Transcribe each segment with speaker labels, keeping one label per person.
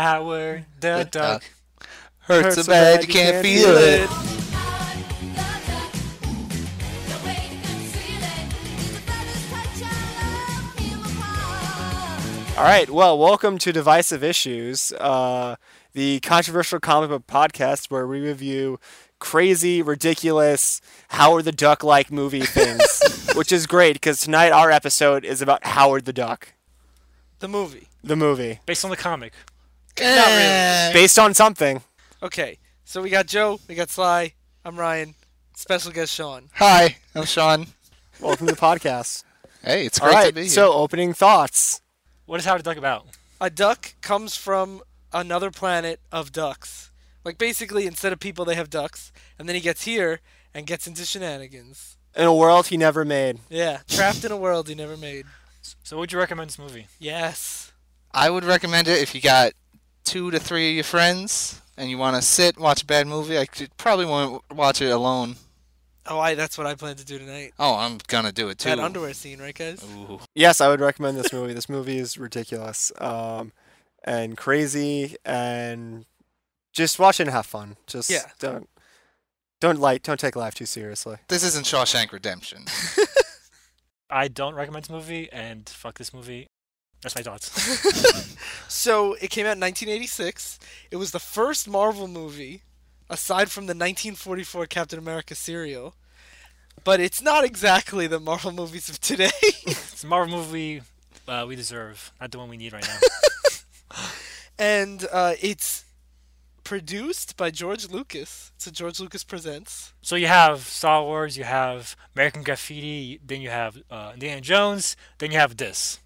Speaker 1: Howard the
Speaker 2: The
Speaker 1: duck.
Speaker 2: duck. Hurts so bad you can't feel it.
Speaker 1: All right. Well, welcome to Divisive Issues, uh, the controversial comic book podcast where we review crazy, ridiculous Howard the Duck like movie things, which is great because tonight our episode is about Howard the Duck,
Speaker 3: The movie.
Speaker 1: the movie,
Speaker 4: Based on the comic.
Speaker 2: Eh.
Speaker 3: Not really.
Speaker 1: based on something.
Speaker 3: Okay, so we got Joe, we got Sly, I'm Ryan, special guest Sean.
Speaker 2: Hi, I'm Sean.
Speaker 1: Welcome to the podcast.
Speaker 2: Hey, it's
Speaker 1: All
Speaker 2: great to be
Speaker 1: right.
Speaker 2: here.
Speaker 1: So, opening thoughts.
Speaker 4: What is How to Duck about?
Speaker 3: A duck comes from another planet of ducks. Like basically, instead of people, they have ducks, and then he gets here and gets into shenanigans.
Speaker 1: In a world he never made.
Speaker 3: Yeah, trapped in a world he never made.
Speaker 4: So, would you recommend this movie?
Speaker 3: Yes.
Speaker 2: I would recommend it if you got two to three of your friends and you want to sit watch a bad movie. I could, probably won't watch it alone.
Speaker 3: Oh, I. That's what I plan to do tonight.
Speaker 2: Oh, I'm gonna do it too.
Speaker 3: That underwear scene, right, guys?
Speaker 2: Ooh.
Speaker 1: Yes, I would recommend this movie. This movie is ridiculous um, and crazy, and just watch it and have fun. Just
Speaker 3: Yeah.
Speaker 1: don't don't like don't take life too seriously.
Speaker 2: This isn't Shawshank Redemption.
Speaker 4: I don't recommend this movie, and fuck this movie. That's my thoughts.
Speaker 3: So it came out in 1986. It was the first Marvel movie, aside from the 1944 Captain America serial. But it's not exactly the Marvel movies of today.
Speaker 4: it's a Marvel movie uh, we deserve, not the one we need right now.
Speaker 3: and uh, it's produced by George Lucas. So George Lucas presents.
Speaker 4: so, you have Star Wars, you have American Graffiti, then you have uh, Indiana Jones, then you have this.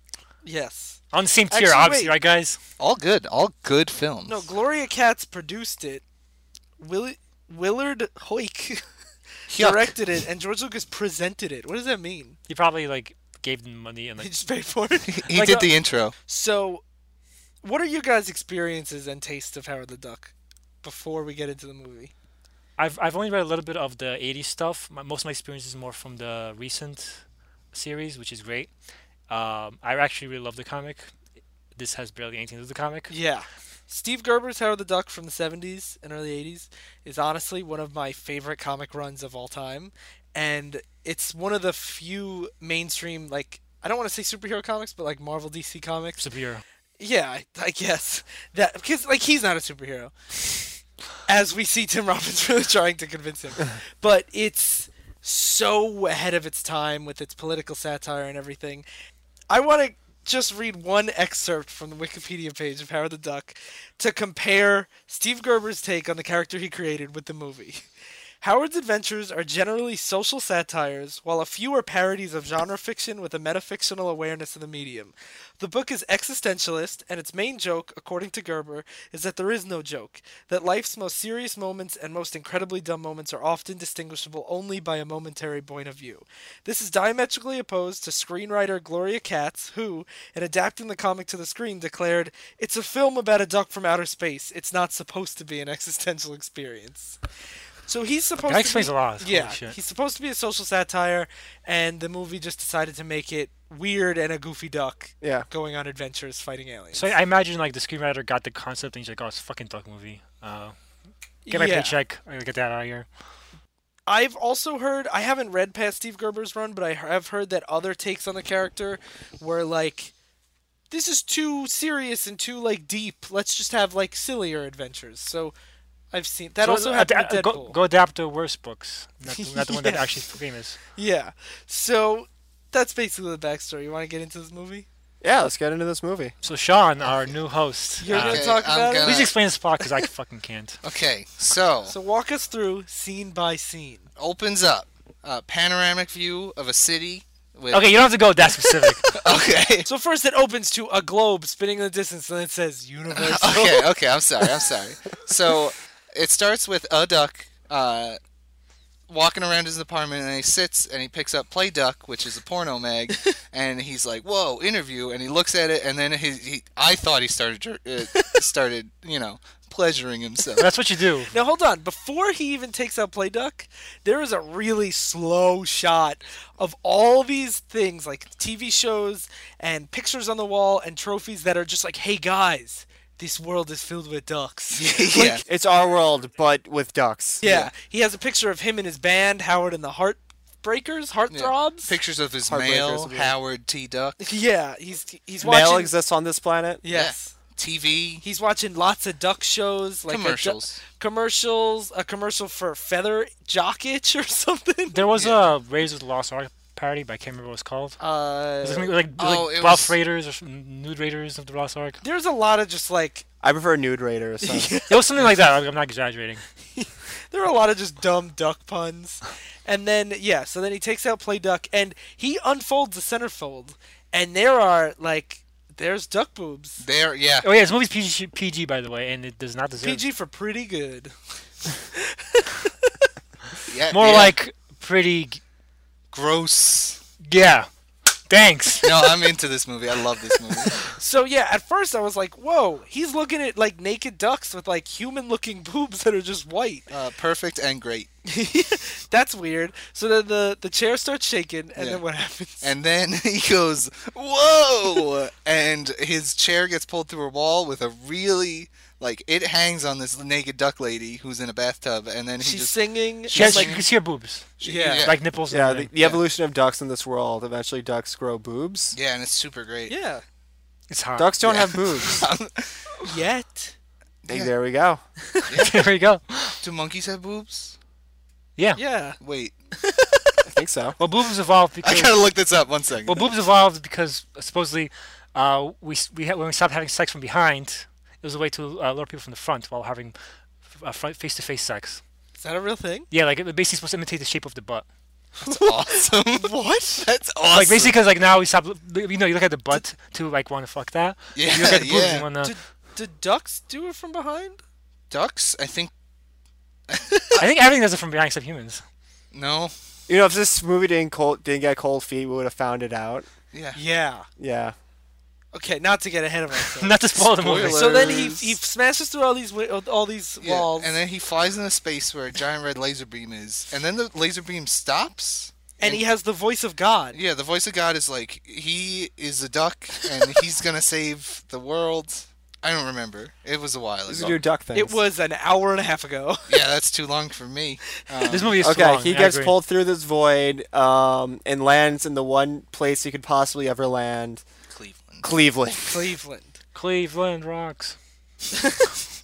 Speaker 3: Yes.
Speaker 4: On the same tier,
Speaker 3: Actually,
Speaker 4: obviously,
Speaker 3: wait.
Speaker 4: right, guys?
Speaker 2: all good, all good films.
Speaker 3: No, Gloria Katz produced it. Will- Willard Hoyk
Speaker 2: Yuck.
Speaker 3: directed it, and George Lucas presented it. What does that mean?
Speaker 4: He probably, like, gave them money and,
Speaker 3: He
Speaker 4: like,
Speaker 3: just paid for it.
Speaker 2: He
Speaker 4: Like
Speaker 2: did
Speaker 4: a-
Speaker 2: the intro.
Speaker 3: So, what are you guys' experiences and tastes of Howard the Duck before we get into the movie?
Speaker 4: I've, I've only read a little bit of the 80s stuff. My, most of my experience is more from the recent series, which is great. Um, I actually really love the comic. This has barely anything to do with the comic.
Speaker 3: Yeah. Steve Gerber's Howard the Duck from the 70s and early 80s is honestly one of my favorite comic runs of all time. And it's one of the few mainstream, like, I don't want to say superhero comics, but like Marvel DC comics.
Speaker 4: Superhero.
Speaker 3: Yeah, I, I guess. that Because, like, he's not a superhero. As we see Tim Robbins really trying to convince him. But it's so ahead of its time with its political satire and everything. I want to just read one excerpt from the Wikipedia page of Howard the Duck to compare Steve Gerber's take on the character he created with the movie. Howard's adventures are generally social satires, while a few are parodies of genre fiction with a metafictional awareness of the medium. The book is existentialist, and its main joke, according to Gerber, is that there is no joke, that life's most serious moments and most incredibly dumb moments are often distinguishable only by a momentary point of view. This is diametrically opposed to screenwriter Gloria Katz, who, in adapting the comic to the screen, declared, It's a film about a duck from outer space. It's not supposed to be an existential experience. So he's supposed
Speaker 4: That
Speaker 3: to
Speaker 4: explains
Speaker 3: be,
Speaker 4: a lot. Holy
Speaker 3: Yeah,
Speaker 4: shit.
Speaker 3: he's supposed to be a social satire, and the movie just decided to make it weird and a goofy duck
Speaker 1: Yeah.
Speaker 3: going on adventures fighting aliens.
Speaker 4: So I I imagine like the screenwriter got the concept and he's like, "Oh, it's a fucking duck movie. Uh, get my
Speaker 3: Yeah.
Speaker 4: paycheck. I gotta get that out of here."
Speaker 3: I've also heard I haven't read past Steve Gerber's run, but I have heard that other takes on the character were like this is too serious and too like deep. Let's just have like sillier adventures. So I've seen that
Speaker 4: So,
Speaker 3: also
Speaker 4: uh,
Speaker 3: happened
Speaker 4: uh,
Speaker 3: with Deadpool.
Speaker 4: go, go adapt the worst books, not the, not the one that
Speaker 3: Yeah.
Speaker 4: actually is famous.
Speaker 3: Yeah. So that's basically the backstory. You want to get into this movie?
Speaker 1: Yeah, let's get into this movie.
Speaker 4: So Sean, our new host,
Speaker 3: You're
Speaker 4: uh,
Speaker 3: gonna
Speaker 2: Okay,
Speaker 3: talk
Speaker 2: I'm
Speaker 3: about it.
Speaker 2: gonna-
Speaker 4: please explain this plot because I fucking can't.
Speaker 2: Okay, so
Speaker 3: So walk us through scene by scene.
Speaker 2: opens up a panoramic view of a city. With,
Speaker 4: Okay, you don't have to go that specific.
Speaker 2: Okay.
Speaker 3: So first, it opens to a globe spinning in the distance, and it says universe.
Speaker 2: okay, okay, I'm sorry, I'm sorry. So it starts with a duck uh, walking around his apartment, and he sits and he picks up Play Duck, which is a porno mag, and he's like, "Whoa, interview!" And he looks at it, and then he, he I thought he started jer- uh, started you know pleasuring himself.
Speaker 4: That's what you do.
Speaker 3: Now hold on. Before he even takes out play duck, there is a really slow shot of all these things like TV shows and pictures on the wall and trophies that are just like, "Hey guys, this world is filled with ducks.
Speaker 2: yeah.
Speaker 1: It's our world, but with ducks.
Speaker 3: Yeah. He has a picture of him and his band, Howard and the Heartbreakers,
Speaker 2: Yeah.
Speaker 3: Heartthrobs.
Speaker 2: Pictures of his
Speaker 1: Heartbreakers
Speaker 2: male
Speaker 1: would be-
Speaker 2: Howard T. Duck,
Speaker 3: Yeah, he's he's watching.
Speaker 1: Male exists on this planet.
Speaker 3: yes.
Speaker 2: TV
Speaker 3: He's watching lots of duck shows, like a du-
Speaker 2: commercials.
Speaker 3: commercials, a commercial for Feather Jock Itch or something.
Speaker 4: There was
Speaker 2: Yeah.
Speaker 4: a Raiders of the Lost Ark parody, but I can't remember what it was called.
Speaker 3: Uh,
Speaker 4: It was like, like,
Speaker 2: Oh,
Speaker 4: like
Speaker 2: it
Speaker 4: Buff
Speaker 2: was-
Speaker 4: Raiders or some Nude Raiders of the Lost Ark.
Speaker 3: there's a lot of just like
Speaker 1: I prefer Nude Raider. So.
Speaker 4: It was something like that. I'm- I'm not exaggerating.
Speaker 3: there are a lot of just dumb duck puns, and then yeah, so then he takes out play duck and he unfolds the centerfold, and there are like there's duck boobs.
Speaker 2: There, yeah.
Speaker 4: Oh yeah, this movie's PG, PG by the way, and it does not deserve.
Speaker 3: PG for pretty good.
Speaker 2: yeah
Speaker 4: More
Speaker 2: yeah.
Speaker 4: like pretty. g-
Speaker 2: gross.
Speaker 4: Yeah. Thanks.
Speaker 2: No, I'm into this movie. I love this movie.
Speaker 3: So yeah, at first I was like, "Whoa, he's looking at like naked ducks with like human-looking boobs that are just white."
Speaker 2: Uh, perfect and great.
Speaker 3: That's weird. So then the the chair starts shaking, and
Speaker 2: Yeah.
Speaker 3: then what happens?
Speaker 2: And then he goes, "Whoa!" and his chair gets pulled through a wall with a really like it hangs on this naked duck lady who's in a bathtub, and then he
Speaker 3: She's
Speaker 2: just
Speaker 3: singing.
Speaker 4: She has,
Speaker 3: and,
Speaker 4: you
Speaker 3: like,
Speaker 4: can see her boobs,
Speaker 2: she-
Speaker 3: yeah.
Speaker 2: yeah,
Speaker 4: like nipples. and
Speaker 1: Yeah, the,
Speaker 4: everything.
Speaker 1: the evolution of ducks in this world. Eventually, ducks grow boobs.
Speaker 2: Yeah, and it's super great.
Speaker 3: yeah.
Speaker 4: it's hot.
Speaker 1: Ducks don't
Speaker 2: Yeah.
Speaker 1: have boobs.
Speaker 3: Yet.
Speaker 1: Hey,
Speaker 2: Yeah.
Speaker 1: There we go.
Speaker 4: there we go.
Speaker 2: Do monkeys have boobs?
Speaker 4: Yeah.
Speaker 3: Yeah.
Speaker 2: Wait,
Speaker 1: I think so.
Speaker 4: Well, boobs evolved
Speaker 2: I
Speaker 4: because.
Speaker 2: gotta look this up. One second.
Speaker 4: Well, boobs evolved because supposedly, uh, we s- we had, when we stopped having sex from behind, it was a way to uh, lure people from the front while having f- uh, front face-to-face sex.
Speaker 3: Is that a real thing?
Speaker 4: Yeah, like it was basically supposed to imitate the shape of the butt.
Speaker 2: That's awesome.
Speaker 3: What?
Speaker 2: That's awesome.
Speaker 4: Like basically, because like now we stop. You know, you look at the butt to like want to fuck that.
Speaker 2: yeah,
Speaker 4: you look at the boobs,
Speaker 2: yeah.
Speaker 4: you want to.
Speaker 3: Did, did ducks do it from behind?
Speaker 2: Ducks, I think
Speaker 4: I think everything does it from behind except humans.
Speaker 2: no.
Speaker 1: You know, if this movie didn't cold, didn't get cold feet, we would have found it out.
Speaker 2: Yeah.
Speaker 3: Yeah.
Speaker 1: Yeah.
Speaker 3: Okay, not to get ahead of ourselves.
Speaker 4: Not to spoil the movie.
Speaker 2: Spoiler.
Speaker 3: so then he
Speaker 2: Spoilers.
Speaker 3: he smashes through all these wi- all these
Speaker 2: Yeah,
Speaker 3: walls,
Speaker 2: and then he flies into space where a giant red laser beam is, and then the laser beam stops.
Speaker 3: and he has the voice of God.
Speaker 2: Yeah, the voice of God is like he is a duck and he's gonna save the world. I don't remember. It was a while
Speaker 1: These
Speaker 2: ago.
Speaker 1: are your duck things.
Speaker 3: It was an hour and a half ago.
Speaker 2: yeah, that's too long for me. Um,
Speaker 4: This movie is
Speaker 1: Okay,
Speaker 4: too long.
Speaker 1: he
Speaker 4: I
Speaker 1: gets
Speaker 4: agree.
Speaker 1: pulled through this void um, and lands in the one place he could possibly ever land
Speaker 2: Cleveland.
Speaker 1: Cleveland.
Speaker 3: Cleveland.
Speaker 4: Cleveland rocks.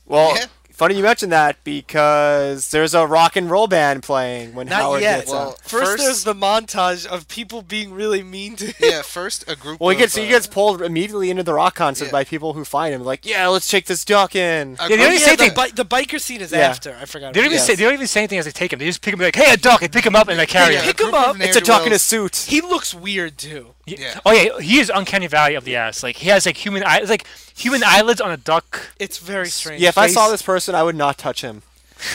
Speaker 1: Well,
Speaker 2: Yeah.
Speaker 1: funny you mentioned that because there's a rock and roll band playing when
Speaker 3: Not
Speaker 1: Howard
Speaker 3: yet.
Speaker 1: gets
Speaker 2: Well,
Speaker 1: up.
Speaker 3: First,
Speaker 2: First-
Speaker 3: there's the montage of people being really mean to him.
Speaker 2: Yeah, first a group.
Speaker 1: Well, he
Speaker 2: of,
Speaker 1: gets, he
Speaker 2: uh,
Speaker 1: gets pulled immediately into the rock concert
Speaker 2: Yeah. Uh,
Speaker 1: by people who find him, like, yeah, let's take this duck in.
Speaker 4: Yeah,
Speaker 2: a
Speaker 4: the
Speaker 2: group
Speaker 4: only
Speaker 2: of-
Speaker 4: same
Speaker 3: the,
Speaker 4: thing-
Speaker 3: bi- the biker scene is
Speaker 1: Yeah.
Speaker 3: after. I forgot.
Speaker 4: They don't even
Speaker 3: about
Speaker 1: Yes.
Speaker 4: say they don't even say anything as they take him. They just pick him like, hey, a duck, and pick him up and like carry
Speaker 2: yeah,
Speaker 4: him.
Speaker 3: Pick
Speaker 2: group
Speaker 3: him
Speaker 2: of
Speaker 3: up.
Speaker 1: It's a duck in a
Speaker 2: ne'er-do-wells.
Speaker 1: suit.
Speaker 3: He looks weird too.
Speaker 4: Y-
Speaker 2: Yeah.
Speaker 4: Oh yeah, he is uncanny valley of the ass. Like he has like human eyes, like human eyelids on a duck.
Speaker 3: It's very strange.
Speaker 1: Yeah, if I saw
Speaker 4: face.
Speaker 1: this person, I would not touch him.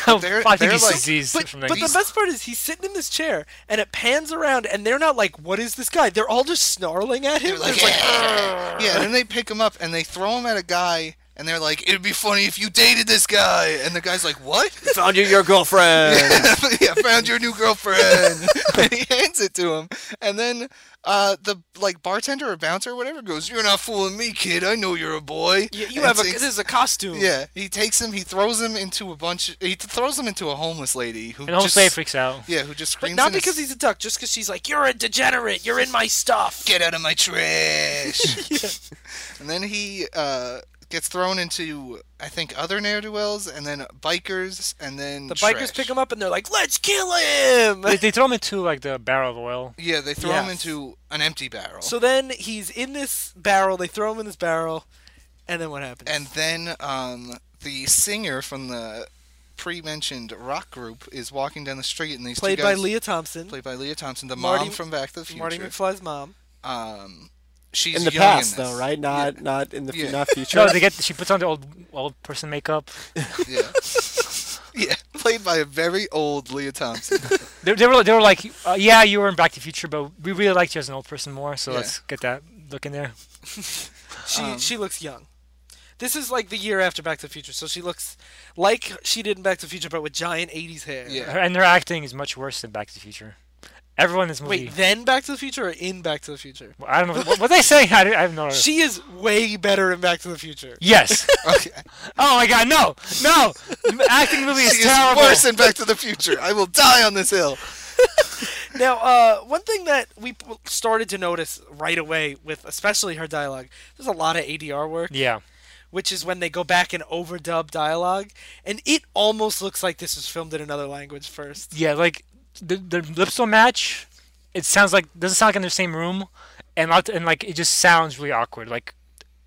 Speaker 4: I
Speaker 2: they're-
Speaker 4: think
Speaker 2: they're
Speaker 4: he's
Speaker 2: like-
Speaker 4: diseased
Speaker 3: But,
Speaker 4: from
Speaker 3: but
Speaker 4: like,
Speaker 3: the best part is he's sitting in this chair and it pans around and they're not like, what is this guy? They're all just snarling at him.
Speaker 2: They're like,
Speaker 3: It's like,
Speaker 2: yeah. yeah, and then they pick him up and they throw him at a guy, and they're like, "It'd be funny if you dated this guy," and the guy's like, "What?"
Speaker 1: Found you your girlfriend.
Speaker 2: yeah, found your new girlfriend. and he hands it to him, and then uh, the like bartender or bouncer or whatever goes, "You're not fooling me, kid. I know you're a boy."
Speaker 3: you, you
Speaker 2: And
Speaker 3: have a,
Speaker 2: takes-
Speaker 3: this is a costume.
Speaker 2: yeah. He takes him. He throws him into a bunch. He throws him into a homeless lady who
Speaker 4: and the whole
Speaker 2: just
Speaker 4: slave freaks out.
Speaker 2: yeah, who just
Speaker 3: But
Speaker 2: screams.
Speaker 3: not
Speaker 2: in his-
Speaker 3: because he's a duck, just because she's like, you're a degenerate. You're in my stuff.
Speaker 2: get out of my trash. And then he uh, gets thrown into I think other ne'er do wells, and then bikers, and then
Speaker 3: The
Speaker 2: trash.
Speaker 3: bikers pick him up and they're like, let's kill him.
Speaker 4: They, they throw him into like the barrel of oil.
Speaker 2: Yeah, they throw him
Speaker 3: Yes.
Speaker 2: into an empty barrel.
Speaker 3: So then he's in this barrel. They throw him in this barrel, and then what happens?
Speaker 2: And then um, the singer from the pre-mentioned rock group is walking down the street, and these
Speaker 3: played
Speaker 2: two
Speaker 3: by
Speaker 2: guys,
Speaker 3: Leah Thompson,
Speaker 2: played by Leah Thompson, the
Speaker 3: Marty-
Speaker 2: mom from Back to the Future.
Speaker 3: Marty McFly's mom.
Speaker 2: um, she's
Speaker 1: in the
Speaker 2: young
Speaker 1: past,
Speaker 2: in this.
Speaker 1: though, right? Not not in the f-
Speaker 2: Yeah.
Speaker 1: not future.
Speaker 4: No, they get she puts on the old old person makeup.
Speaker 2: Yeah, yeah, played by a very old Leah Thompson.
Speaker 4: They, they were they were like, uh, yeah, you were in Back to the Future, but we really liked you as an old person more. So
Speaker 2: Yeah.
Speaker 4: let's get that look in there.
Speaker 3: She
Speaker 2: Um,
Speaker 3: she looks young. This is like the year after Back to the Future, so she looks like she did in Back to the Future, but with giant '80s hair.
Speaker 2: Yeah.
Speaker 4: Her, and their acting is much worse than Back to the Future. Everyone in this movie.
Speaker 3: Wait, then Back to the Future or in Back to the Future?
Speaker 4: Well, I don't know what, what they saying. I, I have no. idea.
Speaker 3: She is way better in Back to the Future.
Speaker 4: Yes.
Speaker 2: Okay.
Speaker 4: Oh my God! No, no. The Acting in the movie is
Speaker 2: She is
Speaker 4: terrible.
Speaker 2: worse in Back to the Future. I will die on this hill.
Speaker 3: Now, uh, one thing that we p- started to notice right away with especially her dialogue, there's a lot of ADR work,
Speaker 4: yeah.
Speaker 3: which is when they go back and overdub dialogue, and it almost looks like this was filmed in another language first.
Speaker 4: Yeah, like the the lips don't match. It sounds like doesn't sound like in the same room, and lot, and like it just sounds really awkward. Like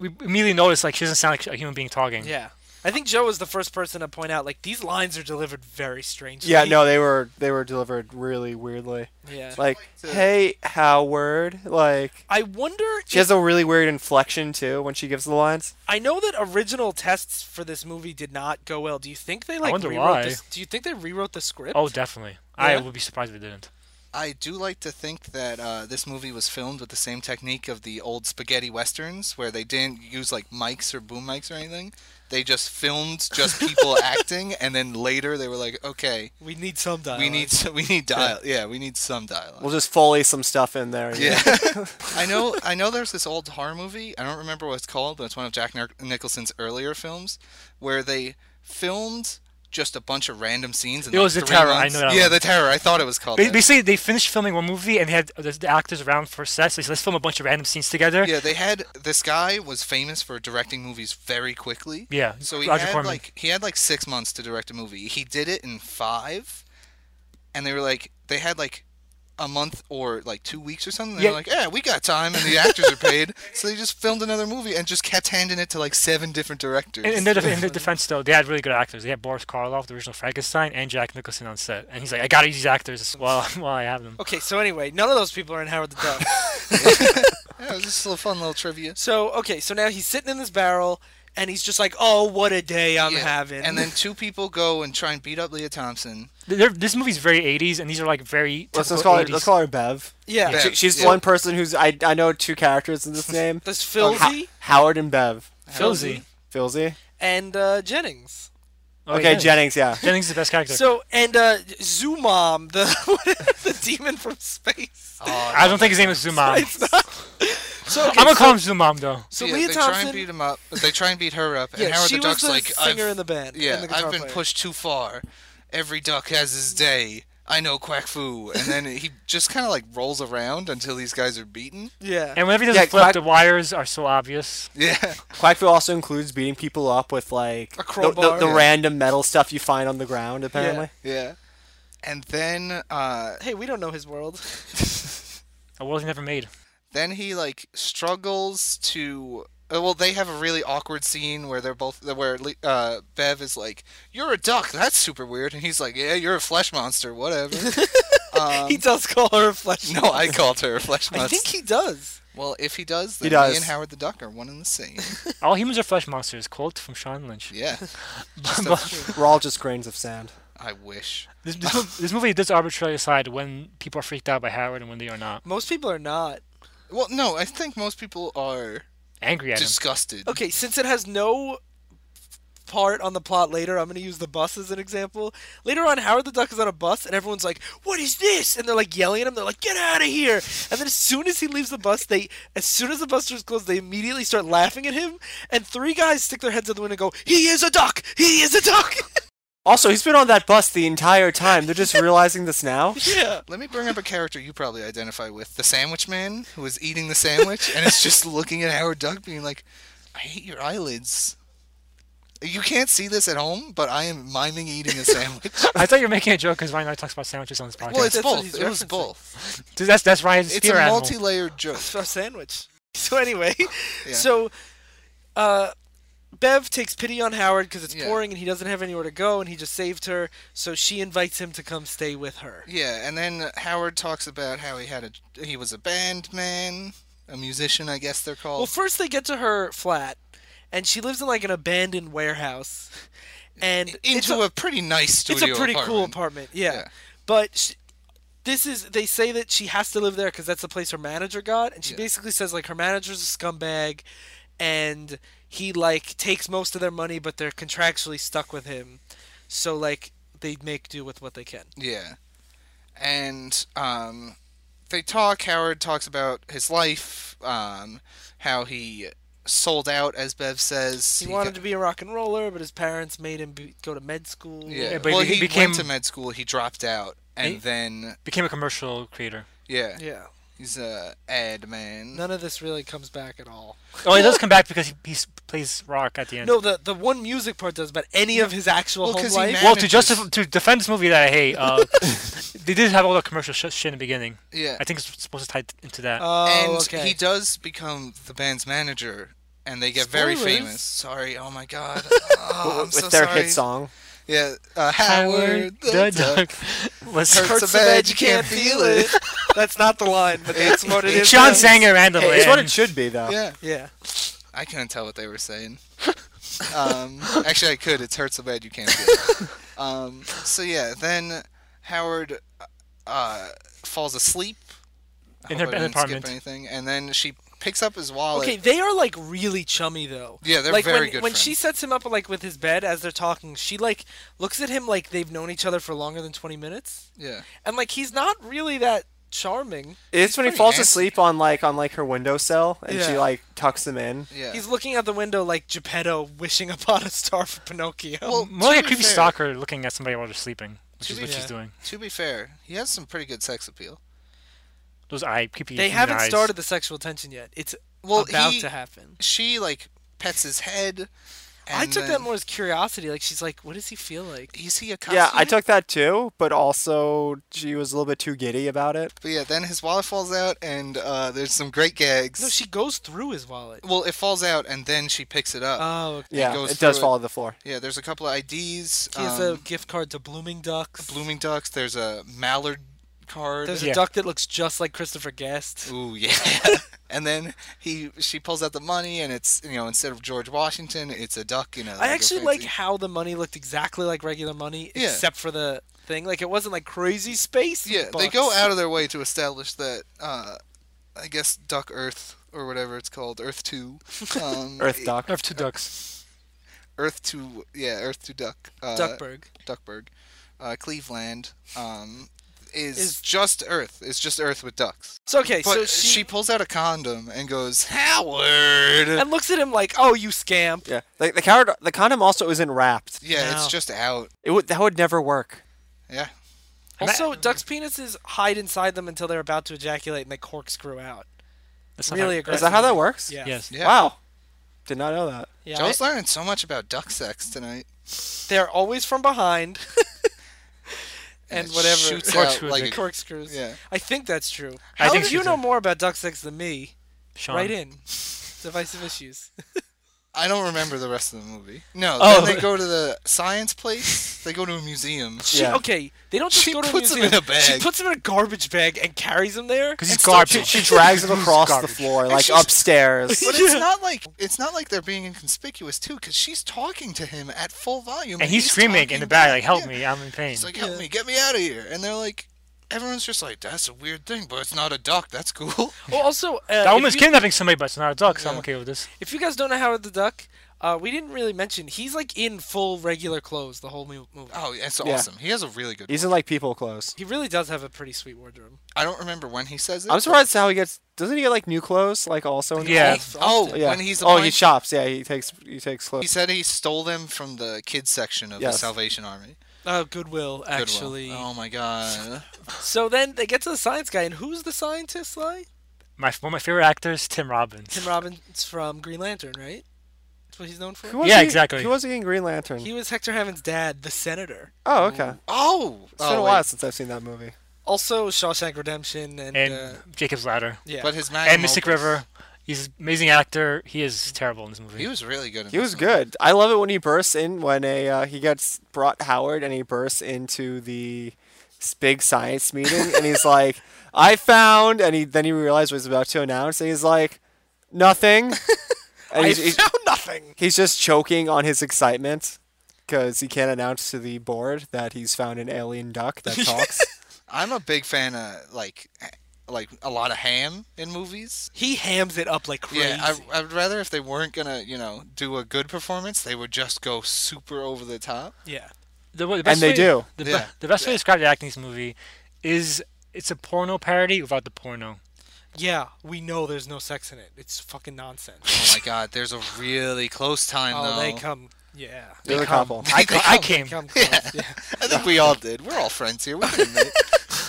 Speaker 4: we immediately notice like she doesn't sound like a human being talking.
Speaker 3: Yeah. I think Joe was the first person to point out like these lines are delivered very strangely.
Speaker 1: Yeah, no, they were they were delivered really weirdly.
Speaker 3: Yeah.
Speaker 1: Like,
Speaker 2: like to-
Speaker 1: "Hey Howard," like
Speaker 3: I wonder if
Speaker 1: she has a really weird inflection too when she gives the lines.
Speaker 3: I know that original tests for this movie did not go well. Do you think they like
Speaker 4: wonder
Speaker 3: rewrote
Speaker 4: why.
Speaker 3: this? Do you think they rewrote the script?
Speaker 4: Oh, definitely. I
Speaker 3: Yeah.
Speaker 4: would be surprised if they didn't.
Speaker 2: I do like to think that uh, this movie was filmed with the same technique of the old spaghetti westerns, where they didn't use like mics or boom mics or anything. They just filmed just people acting, and then later they were like, "Okay,
Speaker 3: we need some dialogue.
Speaker 2: we need we need dial. Yeah, we need some dialogue."
Speaker 1: We'll just foley some stuff in there. you
Speaker 2: Yeah, I know. I know. There's this old horror movie. I don't remember what it's called, but it's one of Jack Nic- Nicholson's earlier films, where they filmed just a bunch of random scenes. In
Speaker 4: It
Speaker 2: like,
Speaker 4: was The
Speaker 2: three
Speaker 4: Terror, I
Speaker 2: months.
Speaker 4: know that
Speaker 2: Yeah,
Speaker 4: one.
Speaker 2: the terror. I thought it was called.
Speaker 4: Ba-
Speaker 2: that.
Speaker 4: Basically, they finished filming one movie and they had the, the actors around for sets. They said, let's film a bunch of random scenes together.
Speaker 2: Yeah, they had this guy was famous for directing movies very quickly.
Speaker 4: Yeah,
Speaker 2: So he
Speaker 4: Roger
Speaker 2: had
Speaker 4: Corman.
Speaker 2: like he had like six months to direct a movie. He did it in five, and they were like they had like a month or like two weeks or something. They
Speaker 4: Yeah.
Speaker 2: were like, yeah, we got time, and the actors are paid. So they just filmed another movie and just kept handing it to like seven different directors.
Speaker 4: In, in, their, def- in their defense, though, they had really good actors. They had Boris Karloff, the original Frankenstein, and Jack Nicholson on set. And he's like, I gotta use these actors while, while I have them.
Speaker 3: Okay, so anyway, none of those people are in Howard the Duck.
Speaker 2: yeah, it was just a little fun little trivia.
Speaker 3: so okay, so now he's sitting in this barrel and he's just like, "Oh, what a day I'm
Speaker 2: Yeah.
Speaker 3: having."
Speaker 2: And then two people go and try and beat up Leah Thompson.
Speaker 4: They're, this movie's very 80s, and these are like very.
Speaker 1: Let's,
Speaker 4: typical
Speaker 1: let's call her.
Speaker 4: 80s.
Speaker 1: Let's call her Bev.
Speaker 3: yeah,
Speaker 2: Yeah.
Speaker 1: She, she's
Speaker 2: Yeah.
Speaker 1: one person who's I I know two characters in this name.
Speaker 3: there's
Speaker 1: Oh, Ho-
Speaker 3: Filzy
Speaker 1: Howard and Bev.
Speaker 4: Filzy.
Speaker 1: Filzy.
Speaker 3: and uh, Jennings.
Speaker 4: Oh,
Speaker 1: Okay,
Speaker 4: yeah.
Speaker 1: Jennings. Yeah.
Speaker 4: Jennings is the best character.
Speaker 3: So and uh, Zoomom, the the demon from space.
Speaker 4: I don't think his name is Zumam.
Speaker 3: It's not. So okay,
Speaker 4: I'm gonna
Speaker 3: so,
Speaker 4: call him Zumam though.
Speaker 3: so
Speaker 2: yeah,
Speaker 3: Leah
Speaker 2: they
Speaker 3: Thompson.
Speaker 2: try and beat him up. They try and beat her up.
Speaker 3: yeah,
Speaker 2: and Howard
Speaker 3: she
Speaker 2: the Duck's
Speaker 3: was the
Speaker 2: like,
Speaker 3: singer
Speaker 2: I've
Speaker 3: in the band. and
Speaker 2: Yeah,
Speaker 3: the guitar
Speaker 2: I've been
Speaker 3: player.
Speaker 2: pushed too far. Every duck has his day. I know Quack Foo. And then he just kind of like rolls around until these guys are beaten.
Speaker 3: Yeah.
Speaker 4: And whenever he does
Speaker 1: Yeah,
Speaker 4: a flip,
Speaker 1: Quack-
Speaker 4: the wires are so obvious.
Speaker 2: Yeah.
Speaker 1: Quackville also includes beating people up with like the- the,
Speaker 3: crowbar.
Speaker 1: the
Speaker 2: Yeah.
Speaker 1: random metal stuff you find on the ground. Apparently,
Speaker 2: Yeah. And then uh
Speaker 3: hey, we don't know his world.
Speaker 4: A world he never made.
Speaker 2: then he like struggles to uh, well, they have a really awkward scene where they're both where Le- uh, Bev is like, "You're a duck. That's super weird," and he's like, "Yeah, you're a flesh monster. Whatever." um,
Speaker 3: he does call her a flesh.
Speaker 2: no, I called her a flesh monster.
Speaker 3: I think he does.
Speaker 2: well, if he does, then
Speaker 1: He
Speaker 2: he
Speaker 1: does.
Speaker 2: me and Howard the Duck are one and the same.
Speaker 4: All humans are flesh monsters. Quote from Sean Lynch.
Speaker 2: Yeah.
Speaker 1: we're all just grains of sand.
Speaker 2: I wish.
Speaker 4: This, this, mo- this movie does arbitrarily decide when people are freaked out by Howard and when they are not.
Speaker 3: Most people are not.
Speaker 2: Well, no, I think most people are
Speaker 4: Angry at him.
Speaker 2: disgusted.
Speaker 3: Okay, since it has no part on the plot later, I'm going to use the bus as an example. Later on, Howard the Duck is on a bus, and everyone's like, "What is this?" And they're like yelling at him. They're like, "Get out of here!" And then as soon as he leaves the bus, they, as soon as the bus doors close, they immediately start laughing at him. And three guys stick their heads out the window and go, "He is a duck! He is a duck!"
Speaker 1: Also, he's been on that bus the entire time. They're just realizing this now.
Speaker 3: yeah.
Speaker 2: Let me bring up a character you probably identify with the sandwich man who is eating the sandwich and is just looking at Howard Duck being like, I hate your eyelids. You can't see this at home, but I am miming eating a sandwich.
Speaker 4: I thought you were making a joke because Ryan always talks about sandwiches on his podcast.
Speaker 2: well, it's
Speaker 3: That's what he's
Speaker 2: both. It was
Speaker 3: referencing.
Speaker 2: both.
Speaker 4: Dude, that's that's Ryan's
Speaker 2: It's
Speaker 4: fear
Speaker 2: a
Speaker 4: animal.
Speaker 2: multi layered joke.
Speaker 3: It's our sandwich. So anyway,
Speaker 2: Yeah.
Speaker 3: so uh, Bev takes pity on Howard because it's
Speaker 2: Yeah.
Speaker 3: pouring and he doesn't have anywhere to go, and he just saved her. So she invites him to come stay with her.
Speaker 2: Yeah, and then Howard talks about how he had a he was a band man, a musician, I guess they're called.
Speaker 3: Well, first they get to her flat, and she lives in like an abandoned warehouse, and it's
Speaker 2: into
Speaker 3: a,
Speaker 2: a, pretty nice
Speaker 3: it's
Speaker 2: studio.
Speaker 3: a pretty cool
Speaker 2: apartment.
Speaker 3: apartment. Yeah,
Speaker 2: Yeah.
Speaker 3: but. She, this is they say that she has to live there because that's the place her manager got and she
Speaker 2: Yeah.
Speaker 3: basically says like her manager's a scumbag and he like takes most of their money but they're contractually stuck with him so like they make do with what they can
Speaker 2: Yeah. and um, they talk. Howard talks about his life, um, how he sold out, as Bev says.
Speaker 3: He wanted to be a rock and roller, but his parents made him be, go to med school.
Speaker 2: Yeah,
Speaker 4: Yeah, but
Speaker 2: well,
Speaker 4: he
Speaker 2: he,
Speaker 4: became-
Speaker 2: went to med school. He dropped out, and
Speaker 4: He-
Speaker 2: then
Speaker 4: Became a commercial creator.
Speaker 2: yeah,
Speaker 3: Yeah.
Speaker 2: he's a ad man.
Speaker 3: None of this really comes back at all.
Speaker 4: Oh, he does come back because he, he s- plays rock at the end.
Speaker 3: No, the the one music part does, but any of his actual
Speaker 2: Well,
Speaker 3: home
Speaker 2: 'cause he
Speaker 3: life.
Speaker 2: ma-
Speaker 4: Well, to
Speaker 2: Damages.
Speaker 4: justify, to defend this movie that I hate, uh, they did have all the commercial sh- shit in the beginning.
Speaker 2: Yeah,
Speaker 4: I think it's supposed to tie t- into that.
Speaker 3: oh,
Speaker 2: and
Speaker 3: okay.
Speaker 2: he does become the band's manager, and they get very
Speaker 3: Spoilers.
Speaker 2: famous. Sorry, oh my god, oh, I'm
Speaker 1: with
Speaker 2: so
Speaker 1: their
Speaker 2: sorry.
Speaker 1: hit song.
Speaker 2: Yeah, uh, Howard the Duck
Speaker 4: was
Speaker 2: hurts a bad, you can't feel it.
Speaker 3: That's not the line, but that's what it is.
Speaker 4: John sang it randomly.
Speaker 1: It's what it
Speaker 4: and-
Speaker 1: should be though.
Speaker 2: Yeah,
Speaker 3: Yeah.
Speaker 2: I couldn't tell what they were saying. um, actually, I could. It's hurt so bad you can't feel it. Um, so yeah, then Howard uh, falls asleep I
Speaker 4: In
Speaker 2: hope
Speaker 4: her-
Speaker 2: I
Speaker 4: in her
Speaker 2: didn't skip
Speaker 4: apartment.
Speaker 2: anything, and then she picks up his wallet.
Speaker 3: Okay, they are like really chummy though.
Speaker 2: Yeah, they're
Speaker 3: like
Speaker 2: very
Speaker 3: when,
Speaker 2: good
Speaker 3: When she
Speaker 2: friends.
Speaker 3: sets him up like with his bed as they're talking, she like looks at him like they've known each other for longer than twenty minutes,
Speaker 2: Yeah.
Speaker 3: and like he's not really that charming.
Speaker 1: It's when he
Speaker 2: pretty
Speaker 1: falls
Speaker 2: nasty.
Speaker 1: asleep on like on like her windowsill and she
Speaker 3: Yeah.
Speaker 1: like tucks him in.
Speaker 2: Yeah.
Speaker 3: He's looking out the window like Geppetto wishing upon a star for Pinocchio.
Speaker 2: Well,
Speaker 4: More like
Speaker 2: to
Speaker 4: a
Speaker 2: be
Speaker 4: creepy
Speaker 2: fair-
Speaker 4: stalker looking at somebody while they're sleeping, which
Speaker 2: To
Speaker 4: is
Speaker 2: be
Speaker 4: what she's
Speaker 3: fair.
Speaker 4: doing.
Speaker 2: To be fair, he has some pretty good sex appeal.
Speaker 4: Those eye creepy.
Speaker 3: they
Speaker 4: human
Speaker 3: haven't
Speaker 4: eyes.
Speaker 3: started the sexual tension yet. It's
Speaker 2: Well,
Speaker 3: about
Speaker 2: he-
Speaker 3: to happen.
Speaker 2: She like pets his head.
Speaker 3: I
Speaker 2: and
Speaker 3: took
Speaker 2: then-
Speaker 3: that more as curiosity. Like she's like, what does he feel like?
Speaker 2: Is he a costume?
Speaker 1: Yeah, I took that too, but also she was a little bit too giddy about it.
Speaker 2: But yeah, then his wallet falls out, and uh, there's some great gags.
Speaker 3: No, she goes through his wallet.
Speaker 2: Well, it falls out, and then she picks it up.
Speaker 3: Oh, okay.
Speaker 1: Yeah,
Speaker 2: goes
Speaker 1: it, does
Speaker 2: through it.
Speaker 1: fall to the floor.
Speaker 2: yeah, there's a couple of IDs.
Speaker 3: He has a
Speaker 2: um,
Speaker 3: gift card to Blooming Ducks.
Speaker 2: Blooming Ducks. There's a mallard card.
Speaker 3: There's
Speaker 4: Yeah.
Speaker 3: a duck that looks just like Christopher Guest.
Speaker 2: Ooh yeah. and then he she pulls out the money, and it's you know instead of George Washington, it's a duck. You know.
Speaker 3: I actually like how the money looked exactly like regular money,
Speaker 2: Yeah.
Speaker 3: except for the thing. Like it wasn't like crazy space.
Speaker 2: Yeah, they go out of their way to establish that. Uh, I guess Duck Earth or whatever it's called, Earth Two. Um,
Speaker 1: Earth
Speaker 2: Duck.
Speaker 1: Duck.
Speaker 4: I have two ducks.
Speaker 2: Earth Two. Yeah, Earth Two Duck. Uh,
Speaker 3: Duckburg.
Speaker 2: Duckburg, uh, Cleveland, um, is,
Speaker 3: Is-
Speaker 2: just Earth. It's just Earth with ducks.
Speaker 3: So okay,
Speaker 2: But
Speaker 3: so
Speaker 2: she...
Speaker 3: she,
Speaker 2: pulls out a condom and goes, Howard.
Speaker 3: and looks at him like, "Oh, you scamp."
Speaker 1: Yeah, like the coward, the condom also isn't wrapped.
Speaker 2: yeah, it's
Speaker 3: No.
Speaker 2: just out.
Speaker 1: It would that would never work.
Speaker 2: Yeah.
Speaker 4: And that-
Speaker 3: Also, ducks' penises hide inside them until they're about to ejaculate, and they corkscrew out.
Speaker 4: That's
Speaker 3: really
Speaker 4: how-
Speaker 1: Is that how that works?
Speaker 3: Yeah.
Speaker 4: Yes.
Speaker 2: Yeah.
Speaker 1: Wow, did not know that.
Speaker 3: Yeah,
Speaker 2: Joe's learning so much about duck sex tonight.
Speaker 3: They're always from behind. and
Speaker 2: it
Speaker 3: whatever.
Speaker 2: Shoots out
Speaker 4: Corkscrew,
Speaker 2: like
Speaker 4: Nick.
Speaker 2: a-
Speaker 3: corkscrews.
Speaker 2: yeah.
Speaker 3: I think that's true.
Speaker 4: I
Speaker 3: How
Speaker 4: think
Speaker 3: do
Speaker 4: so
Speaker 3: you
Speaker 4: too.
Speaker 3: know more about duck sex than me?
Speaker 4: Sean.
Speaker 3: Right in. Divisive issues.
Speaker 2: I don't remember the rest of the movie. No,
Speaker 4: Oh.
Speaker 2: then they go to the science place. They go to a museum.
Speaker 3: She,
Speaker 1: Yeah.
Speaker 3: Okay, they don't just
Speaker 2: She
Speaker 3: go to a
Speaker 2: puts 'em
Speaker 3: museum.
Speaker 2: in a bag.
Speaker 3: She puts him in a garbage bag and carries him there.
Speaker 4: Because he's
Speaker 1: And so she-
Speaker 4: garbage.
Speaker 1: She, drags him
Speaker 4: He's
Speaker 1: across the
Speaker 4: garbage.
Speaker 1: floor, like
Speaker 2: she's-
Speaker 1: upstairs.
Speaker 2: But it's not like it's not like they're being inconspicuous too, because she's talking to him at full volume,
Speaker 4: And he's, screaming in the back, like, "Help
Speaker 2: me.
Speaker 4: me! I'm in pain."
Speaker 2: He's like, help
Speaker 3: Yeah.
Speaker 2: me, get me out of here. And they're like, everyone's just like, that's a weird thing, but it's not a duck. That's cool.
Speaker 3: Well, also, uh,
Speaker 4: that
Speaker 3: if,
Speaker 4: woman's
Speaker 3: you,
Speaker 4: kidnapping somebody, but it's not a duck, so I'm
Speaker 2: Yeah.
Speaker 4: okay with this.
Speaker 3: if you guys don't know Howard the Duck, uh, we didn't really mention he's like in full regular clothes the whole mu- movie.
Speaker 2: Oh, that's
Speaker 1: Yeah.
Speaker 2: awesome. He has a really good.
Speaker 1: He's in like people clothes.
Speaker 3: He really does have a pretty sweet wardrobe.
Speaker 2: I don't remember when he says it.
Speaker 1: I'm
Speaker 2: but-
Speaker 1: surprised how he gets. Doesn't he get like new clothes, like also in the
Speaker 4: Yeah.
Speaker 1: clothes?
Speaker 2: Oh,
Speaker 1: yeah.
Speaker 2: when he's
Speaker 1: oh, he
Speaker 2: applying-
Speaker 1: shops. Yeah, he takes he takes clothes.
Speaker 2: He said he stole them from the kids section of the
Speaker 1: Yes.
Speaker 2: Salvation Army.
Speaker 3: Oh, Goodwill
Speaker 2: Goodwill.
Speaker 3: actually.
Speaker 2: Oh my god.
Speaker 3: So then they get to the science guy, and who's the scientist, Like
Speaker 4: My one of my favorite actors, Tim Robbins.
Speaker 3: Tim Robbins from Green Lantern, right? That's what he's known
Speaker 1: Who
Speaker 3: for.
Speaker 1: was
Speaker 4: Yeah,
Speaker 1: he-
Speaker 4: exactly.
Speaker 1: Who was he in Green Lantern?
Speaker 3: He was Hector Hammond's dad, the senator.
Speaker 1: oh, okay.
Speaker 2: Oh.
Speaker 1: It's
Speaker 2: oh
Speaker 1: been a
Speaker 2: wait.
Speaker 1: while since I've seen that movie.
Speaker 3: Also, Shawshank Redemption and,
Speaker 4: and
Speaker 3: uh,
Speaker 4: Jacob's Ladder.
Speaker 3: yeah.
Speaker 2: But his magnum
Speaker 4: And Mystic
Speaker 2: opus-
Speaker 4: River. He's an amazing actor. He is terrible in this movie.
Speaker 2: He was really good. In
Speaker 1: He
Speaker 2: this
Speaker 1: was
Speaker 2: movie.
Speaker 1: good. I love it when he bursts in when a uh, he gets brought Howard and he bursts into the s- big science meeting and he's like, "I found," and he then he realized what he was about to announce and he's like, "Nothing," and
Speaker 3: I
Speaker 1: he's, he's,
Speaker 3: found nothing.
Speaker 1: he's just choking on his excitement because he can't announce to the board that he's found an alien duck that talks.
Speaker 2: I'm a big fan of like, h- like a lot of ham in movies.
Speaker 3: He hams it up like crazy.
Speaker 2: Yeah, I, I'd rather if they weren't gonna, you know, do a good performance, they would just go super over the top.
Speaker 3: yeah.
Speaker 4: The, the best
Speaker 1: they
Speaker 4: way-
Speaker 1: do.
Speaker 4: The, be-
Speaker 2: Yeah.
Speaker 4: the best way to describe the acting in this movie is it's a porno parody without the porno.
Speaker 3: Yeah, we know there's no sex in it. It's fucking nonsense.
Speaker 2: Oh my god, there's a really close time
Speaker 3: Oh,
Speaker 2: though.
Speaker 3: they come. Yeah.
Speaker 1: There's a couple.
Speaker 4: I,
Speaker 2: They
Speaker 4: I
Speaker 2: come,
Speaker 4: came.
Speaker 3: Come close. Yeah.
Speaker 2: I think we all did. We're all friends here. We can admit.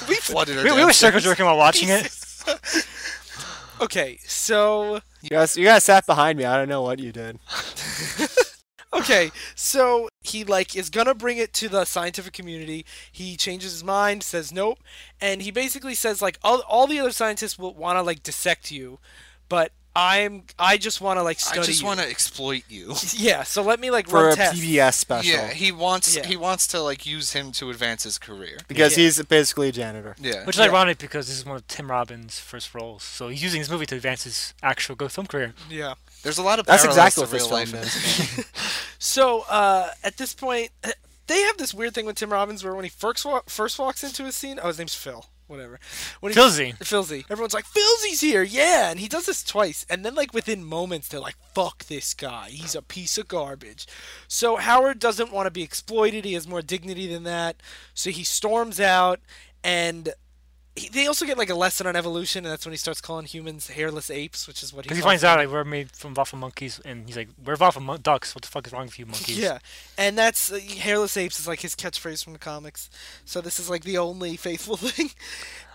Speaker 2: we flooded our
Speaker 4: We, we
Speaker 2: damn
Speaker 4: were
Speaker 2: circle.
Speaker 4: circle jerking while watching it.
Speaker 3: Okay, so
Speaker 1: You guys, you guys sat behind me. I don't know what you did.
Speaker 3: okay, so he like is gonna bring it to the scientific community. He changes his mind, says nope, and he basically says like all, all the other scientists will want to like dissect you, but I'm I just want to like
Speaker 2: I
Speaker 3: study.
Speaker 2: just
Speaker 3: you.
Speaker 2: want to exploit you.
Speaker 3: Yeah, so let me like
Speaker 1: For
Speaker 3: run
Speaker 1: a
Speaker 3: tests.
Speaker 1: PBS special.
Speaker 2: Yeah, he wants
Speaker 3: Yeah.
Speaker 2: he wants to like use him to advance his career.
Speaker 1: Because
Speaker 3: Yeah.
Speaker 1: he's basically a janitor.
Speaker 2: Yeah.
Speaker 4: Which is
Speaker 3: Yeah.
Speaker 4: ironic because this is one of Tim Robbins' first roles, so he's using this movie to advance his actual good film career.
Speaker 3: Yeah.
Speaker 2: There's a lot of
Speaker 1: That's
Speaker 2: parallels
Speaker 1: exactly
Speaker 2: to
Speaker 1: what this
Speaker 2: real life.
Speaker 1: film
Speaker 2: in
Speaker 1: is.
Speaker 2: this movie.
Speaker 3: So uh, at this point, they have this weird thing with Tim Robbins where when he first wa- first walks into a scene, oh his name's Phil, whatever. When he
Speaker 4: Filzy.
Speaker 3: Filzy. Everyone's like, Filzy's here, yeah. And he does this twice. And then, like, within moments, they're like, fuck this guy. He's a piece of garbage. So Howard doesn't want to be exploited. He has more dignity than that. So he storms out. And he, they also get, like, a lesson on evolution. And that's when he starts calling humans hairless apes, which is what he
Speaker 4: Because he
Speaker 3: calls
Speaker 4: finds out like we're made from waffle monkeys, and he's like, "We're waffle mon- ducks. What the fuck is wrong with you monkeys?"
Speaker 3: Yeah, and that's uh, hairless apes is like his catchphrase from the comics. So this is like the only faithful thing.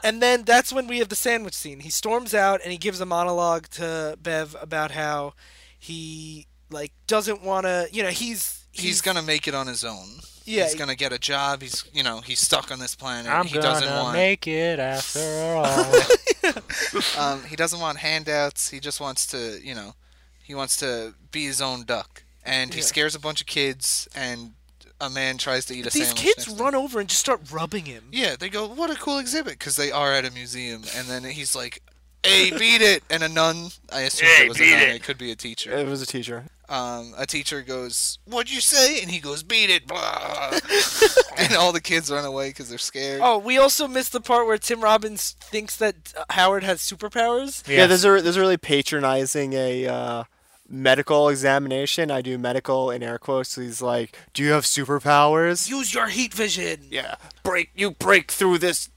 Speaker 3: And then that's when we have the sandwich scene. He storms out and he gives a monologue to Bev about how he like doesn't want to. You know, he's
Speaker 2: He's gonna make it on his own.
Speaker 3: Yeah,
Speaker 2: He's gonna get a job. He's you know he's stuck on this planet.
Speaker 4: I'm
Speaker 2: he doesn't
Speaker 4: gonna
Speaker 2: want
Speaker 4: make it after all.
Speaker 2: um, he doesn't want handouts. He just wants to you know he wants to be his own duck. And he
Speaker 3: Yeah.
Speaker 2: scares a bunch of kids. And a man tries to eat a
Speaker 3: These
Speaker 2: sandwich.
Speaker 3: kids
Speaker 2: next to him.
Speaker 3: run over and just start rubbing him.
Speaker 2: Yeah, they go, "What a cool exhibit!" Because they are at a museum, and then he's like, "Hey, beat it!" And a nun, I assume
Speaker 4: Hey,
Speaker 2: it was a
Speaker 4: beat
Speaker 2: nun.
Speaker 4: it.
Speaker 2: It could be a teacher.
Speaker 1: It was a teacher.
Speaker 2: Um, a teacher goes, "What'd you say?" And he goes, "Beat it!" Blah. and all the kids run away because they're scared.
Speaker 3: Oh, we also missed the part where Tim Robbins thinks that uh, Howard has superpowers.
Speaker 1: Yeah, there's a there's a really patronizing a uh, medical examination. I do medical in air quotes. So he's like, "Do you have superpowers?"
Speaker 3: Use your heat vision.
Speaker 1: yeah, break you break through this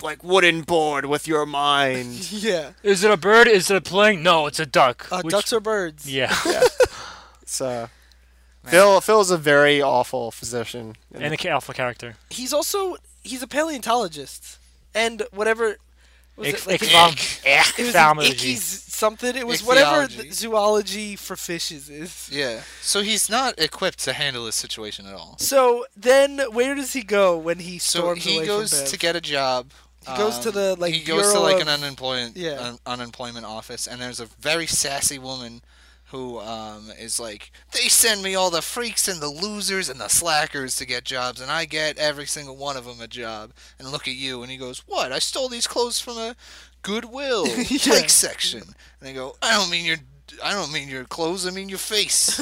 Speaker 1: like wooden board with your mind.
Speaker 3: Yeah.
Speaker 4: Is it a bird? Is it a plane? No, it's a duck.
Speaker 3: Uh,
Speaker 4: which-
Speaker 3: ducks are birds.
Speaker 4: Yeah,
Speaker 1: so Phil Phil's a very awful physician.
Speaker 4: and a alpha character.
Speaker 3: he's also he's a paleontologist and whatever was
Speaker 4: Ick-
Speaker 3: it like
Speaker 4: ick-
Speaker 3: an-
Speaker 4: ick-
Speaker 3: it was an
Speaker 4: ophthalmology.
Speaker 3: icky's something it was whatever the
Speaker 2: Ichthyology.
Speaker 3: zoology for fishes is
Speaker 2: Yeah, so he's not equipped to handle this situation at all.
Speaker 3: so then where does he go when he
Speaker 2: So
Speaker 3: storms
Speaker 2: he
Speaker 3: away
Speaker 2: goes
Speaker 3: from Bev?
Speaker 2: to get a job.
Speaker 3: He goes to
Speaker 2: Um,
Speaker 3: the, like,
Speaker 2: he goes to
Speaker 3: Bureau
Speaker 2: like an
Speaker 3: of-
Speaker 2: unemployment
Speaker 3: Yeah.
Speaker 2: un- unemployment office, and there's a very sassy woman who um, is like, they send me all the freaks and the losers and the slackers to get jobs, and I get every single one of them a job. And look at you. And he goes, what? I stole these clothes from a Goodwill bike section. And they go, I don't mean your, I don't mean your clothes. I mean your face.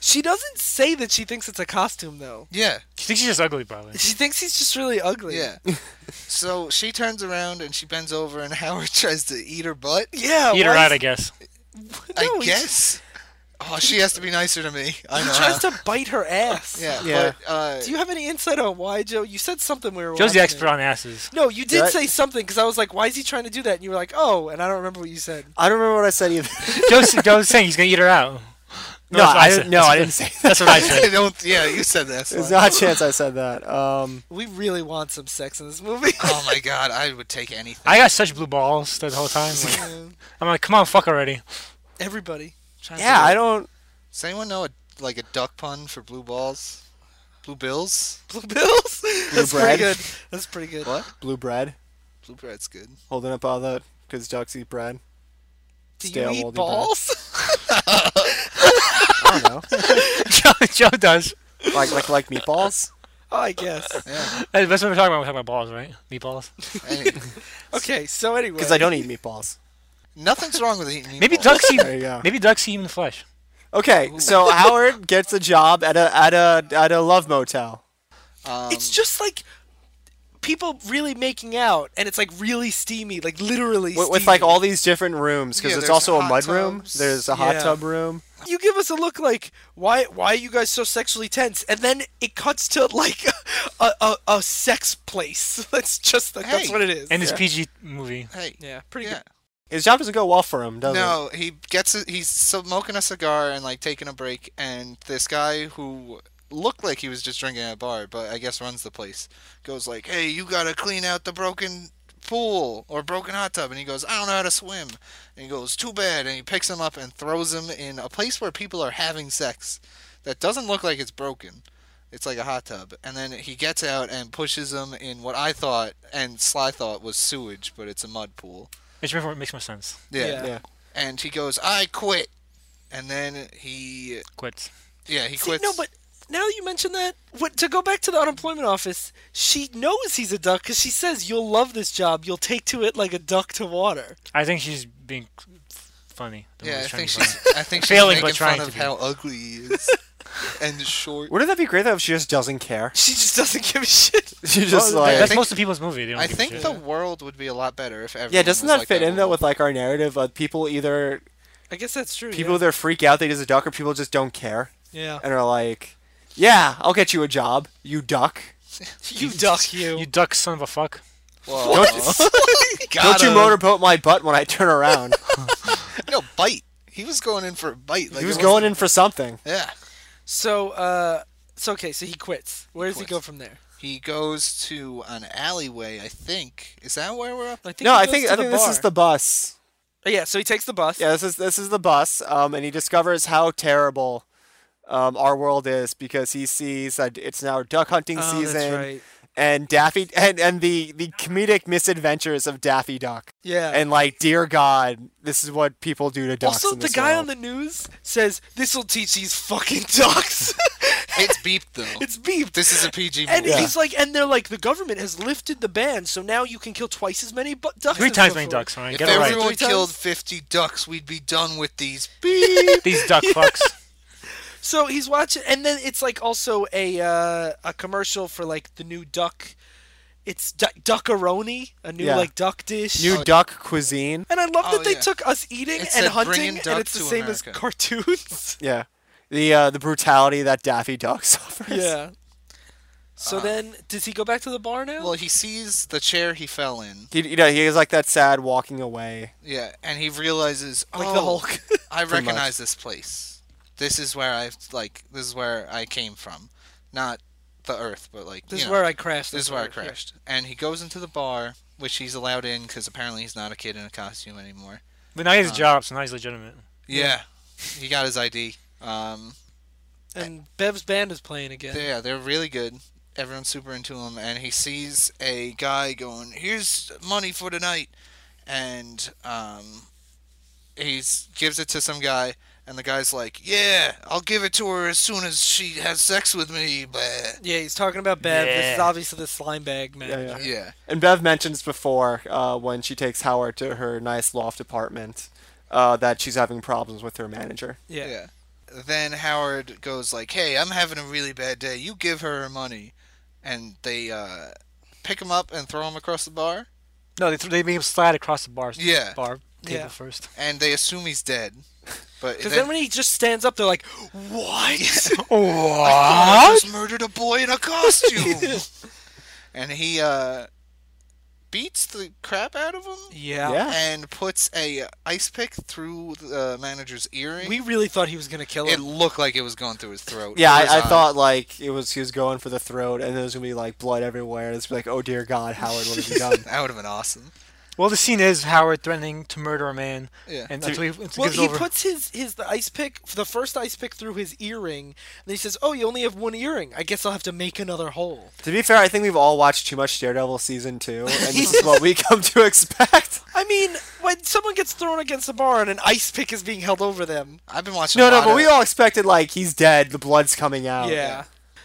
Speaker 3: she doesn't say that she thinks it's a costume though
Speaker 2: yeah.
Speaker 4: She thinks she's just ugly, probably.
Speaker 3: she thinks he's just really ugly
Speaker 2: Yeah. so she turns around and she bends over, and Howard tries to eat her butt.
Speaker 3: yeah
Speaker 4: Eat her
Speaker 3: why
Speaker 4: out,
Speaker 3: is-
Speaker 4: I guess.
Speaker 3: no,
Speaker 2: I
Speaker 3: he-
Speaker 2: guess. Oh, she has to be nicer to me. I
Speaker 3: he
Speaker 2: know.
Speaker 3: tries to bite her ass
Speaker 2: yeah,
Speaker 1: Yeah.
Speaker 2: But, uh,
Speaker 3: do you have any insight on why joe you said something we were
Speaker 4: Joe's the
Speaker 3: watching
Speaker 4: expert
Speaker 3: it.
Speaker 4: on asses.
Speaker 3: no you did
Speaker 1: Did I-
Speaker 3: say something because i was like why is he trying to do that and you were like oh and i don't remember what you said
Speaker 1: I don't remember what I said either.
Speaker 4: Joe's, Joe's saying he's gonna eat her out.
Speaker 1: no,
Speaker 4: that's what
Speaker 1: I
Speaker 4: said.
Speaker 1: didn't. No,
Speaker 4: That's
Speaker 1: I
Speaker 4: what-
Speaker 1: didn't say. That.
Speaker 4: That's what I
Speaker 2: I
Speaker 4: said.
Speaker 2: don't. Yeah, you said that.
Speaker 1: There's
Speaker 2: Sly.
Speaker 1: not a chance I said that. Um,
Speaker 3: We really want some sex in this movie.
Speaker 2: Oh my god, I would take anything.
Speaker 4: I got such blue balls the whole time. like,
Speaker 3: Yeah.
Speaker 4: I'm like, come on, fuck already.
Speaker 3: Everybody.
Speaker 1: yeah, I don't.
Speaker 2: Does anyone know a, like a duck pun for blue balls? Blue bills?
Speaker 3: Blue Bills? That's
Speaker 1: bread.
Speaker 3: pretty good. That's pretty good.
Speaker 2: What?
Speaker 1: Blue bread,
Speaker 2: Blue bread's good.
Speaker 1: holding up all that because ducks eat bread.
Speaker 3: Do
Speaker 1: Stale
Speaker 3: you
Speaker 1: moldy
Speaker 3: eat balls?
Speaker 1: I don't know,
Speaker 4: Joe, Joe does.
Speaker 1: like like like meatballs.
Speaker 3: oh, I guess.
Speaker 2: Yeah.
Speaker 4: That's what we're talking about. We're talking about balls, right? Meatballs.
Speaker 2: Hey,
Speaker 3: Okay, so anyway.
Speaker 1: Because I don't eat meatballs.
Speaker 2: nothing's wrong with eating.
Speaker 4: Maybe
Speaker 2: meatballs.
Speaker 4: ducks eat.
Speaker 1: There you go.
Speaker 4: Maybe ducks eat human flesh.
Speaker 1: Okay, so Howard gets a job at a at a at a love motel.
Speaker 2: Um,
Speaker 3: It's just like people really making out, and it's like really steamy, like literally.
Speaker 1: with, with
Speaker 3: steamy.
Speaker 1: like all these different rooms because
Speaker 2: Yeah,
Speaker 1: it's
Speaker 2: there's
Speaker 1: also a
Speaker 2: hot
Speaker 1: mud room.
Speaker 2: tubs.
Speaker 1: There's a hot
Speaker 3: Yeah.
Speaker 1: tub room.
Speaker 3: you give us a look like why why are you guys so sexually tense and then it cuts to like a, a, a sex place that's just like that's
Speaker 2: Hey.
Speaker 3: what it is
Speaker 4: And it's
Speaker 3: yeah.
Speaker 4: PG movie.
Speaker 2: Hey,
Speaker 3: yeah pretty
Speaker 2: yeah.
Speaker 3: good
Speaker 1: His job doesn't go well for him, does it?
Speaker 2: No, he gets a, he's smoking a cigar and like taking a break, and this guy who looked like he was just drinking at a bar, but I guess runs the place, goes like, "Hey, you gotta clean out the broken pool or broken hot tub," and he goes, "I don't know how to swim," and he goes, "Too bad," and he picks him up and throws him in a place where people are having sex that doesn't look like it's broken. It's like a hot tub, and then he gets out and pushes him in what I thought and Sly thought was sewage, but it's a mud pool.
Speaker 4: Which makes more, makes more sense.
Speaker 3: Yeah.
Speaker 1: Yeah.
Speaker 2: and he goes, "I quit," and then he,
Speaker 4: Quit.
Speaker 2: yeah, he
Speaker 3: See,
Speaker 2: quits.
Speaker 3: no but now that you mention that what to go back to the unemployment office she knows he's a duck because she says you'll love this job you'll take to it like a duck to water
Speaker 4: I think she's being f- funny. The
Speaker 2: yeah, I
Speaker 4: movie's trying
Speaker 2: think
Speaker 4: to be
Speaker 2: she's,
Speaker 4: funny.
Speaker 2: I think she's
Speaker 4: Failing, but
Speaker 2: making fun
Speaker 4: trying to
Speaker 2: of
Speaker 4: be.
Speaker 2: how ugly he is and short.
Speaker 1: Wouldn't that be great though if she just doesn't care?
Speaker 3: she just doesn't give a shit
Speaker 1: She just
Speaker 4: Well,
Speaker 1: like
Speaker 4: that's
Speaker 2: think-
Speaker 4: most of people's movie. They don't
Speaker 2: I
Speaker 4: give a
Speaker 2: think
Speaker 4: shit.
Speaker 2: the world would be a lot better if everyone.
Speaker 1: yeah. Doesn't
Speaker 2: was
Speaker 1: that
Speaker 2: like
Speaker 1: fit in
Speaker 2: that
Speaker 1: though with like our narrative of people either
Speaker 3: i guess that's true
Speaker 1: people either freak out they just a duck or people just don't care
Speaker 3: yeah, yeah.
Speaker 1: and are like, yeah, I'll get you a job, you duck.
Speaker 3: you duck you,
Speaker 4: You duck son of a fuck.
Speaker 2: Well,
Speaker 1: Don't,
Speaker 2: got
Speaker 1: don't you
Speaker 2: him.
Speaker 1: motorboat my butt when I turn around.
Speaker 2: No bite. He was going in for a bite. Like
Speaker 1: he
Speaker 2: it
Speaker 1: was
Speaker 2: wasn't-
Speaker 1: going in for something.
Speaker 2: Yeah.
Speaker 3: so uh so okay so he quits where does he
Speaker 2: quits.
Speaker 3: go from there
Speaker 2: He goes to an alleyway. I think. Is that where we're up?
Speaker 3: I think
Speaker 1: No,
Speaker 3: he
Speaker 1: I
Speaker 3: goes
Speaker 1: think
Speaker 3: to
Speaker 1: I
Speaker 3: the
Speaker 1: think this is
Speaker 3: bar.
Speaker 1: the bus.
Speaker 3: Yeah, so he takes the bus.
Speaker 1: Yeah, this is this is the bus, um, and he discovers how terrible um, our world is because he sees that it's now duck hunting
Speaker 3: Oh, that's
Speaker 1: season,
Speaker 3: right.
Speaker 1: and Daffy and, and the the comedic misadventures of Daffy Duck,
Speaker 3: Yeah.
Speaker 1: and like, dear God, this is what people do to ducks.
Speaker 3: also,
Speaker 1: in
Speaker 3: the
Speaker 1: this
Speaker 3: guy
Speaker 1: world.
Speaker 3: on the news says this will teach these fucking ducks.
Speaker 2: It's beeped though.
Speaker 3: it's beeped.
Speaker 2: This is a PG
Speaker 3: and
Speaker 2: movie.
Speaker 1: Yeah.
Speaker 3: he's like, and they're like, the government has lifted the ban, so now you can kill twice as many bu- ducks.
Speaker 4: Three
Speaker 3: as
Speaker 4: times many
Speaker 3: before."
Speaker 4: ducks, alright?
Speaker 2: If
Speaker 4: Get it right.
Speaker 2: everyone
Speaker 3: Three times?
Speaker 2: killed 50 ducks, we'd be done with these. Beep.
Speaker 4: These duck fucks.
Speaker 3: So he's watching, and then it's like also a uh, a commercial for like the new duck. It's du- duckaroni, a new
Speaker 1: Yeah.
Speaker 3: like duck dish.
Speaker 1: new duck cuisine.
Speaker 3: and I love
Speaker 2: Oh,
Speaker 3: that they
Speaker 2: yeah.
Speaker 3: took us eating
Speaker 2: It said, "Bring in
Speaker 3: and hunting,
Speaker 2: duck
Speaker 3: and it's the
Speaker 2: to
Speaker 3: same as
Speaker 2: America."
Speaker 3: cartoons.
Speaker 1: Yeah, the uh, the brutality that Daffy Duck suffers.
Speaker 3: yeah. So then, does he go back to the bar now?
Speaker 2: Ah. Well, he sees the chair he fell in.
Speaker 1: He, you know, he is like that sad walking away.
Speaker 2: Yeah, and he realizes, oh,
Speaker 3: like the Hulk.
Speaker 2: I
Speaker 1: much.
Speaker 2: recognize this place. This is where I like. This is where I came from, not the Earth, but like
Speaker 3: This
Speaker 2: you
Speaker 3: is
Speaker 2: know,
Speaker 3: where I crashed.
Speaker 2: This is where I
Speaker 3: yeah.
Speaker 2: crashed. And he goes into the bar, which he's allowed in because apparently he's not a kid in a costume anymore.
Speaker 4: But now he has a job, so now he's legitimate.
Speaker 2: Yeah, he got his ID. Um,
Speaker 3: And Bev's band is playing again.
Speaker 2: Yeah, they're really good. Everyone's super into him, and he sees a guy going, "Here's money for tonight," and um, he gives it to some guy, and the guy's like, "Yeah, I'll give it to her as soon as she has sex with me." But
Speaker 3: Yeah, he's talking about Bev. This is
Speaker 4: Yeah.
Speaker 3: obviously the slime bag manager.
Speaker 1: yeah.
Speaker 2: yeah,
Speaker 1: And Bev mentions before uh, when she takes Howard to her nice loft apartment uh, that she's having problems with her manager.
Speaker 3: Yeah.
Speaker 2: yeah. Then Howard goes like, "Hey, I'm having a really bad day. You give her her money," and they uh, pick him up and throw him across the bar,
Speaker 4: No, they, th- they made him slide across the bar,
Speaker 2: Yeah.
Speaker 4: bar table
Speaker 3: Yeah.
Speaker 4: first.
Speaker 2: and they assume he's dead. But
Speaker 3: Because then when he just stands up, they're like, "What?"
Speaker 2: I just murdered a boy in a costume. and he uh, beats the crap out of him
Speaker 3: yeah.
Speaker 1: Yeah.
Speaker 2: Oh, and puts a ice pick through the uh, manager's earring.
Speaker 3: We really thought he was gonna kill
Speaker 2: it
Speaker 3: him.
Speaker 2: looked like it was going through his throat.
Speaker 1: Yeah,
Speaker 2: or his
Speaker 1: I, I
Speaker 2: eyes.
Speaker 1: thought like it was he was going for the throat, and there's gonna be like blood everywhere. And it's like, oh dear God, Howard, what have you done?
Speaker 2: that would have been awesome.
Speaker 4: Well, the scene is Howard threatening to murder a man,
Speaker 2: Yeah.
Speaker 4: and until he until he
Speaker 3: well,
Speaker 4: gives
Speaker 3: he
Speaker 4: over.
Speaker 3: puts his his the ice pick, the first ice pick, through his earring, and then he says, "Oh, you only have one earring. I guess I'll have to make another hole."
Speaker 1: to be fair, I think we've all watched too much Daredevil season two, and this is what we come to expect.
Speaker 3: I mean, when someone gets thrown against a bar and an ice pick is being held over them,
Speaker 2: I've been watching.
Speaker 1: No,
Speaker 2: a
Speaker 1: no,
Speaker 2: lot
Speaker 1: but
Speaker 2: of-
Speaker 1: we all expected like he's dead, the blood's coming out.
Speaker 3: yeah.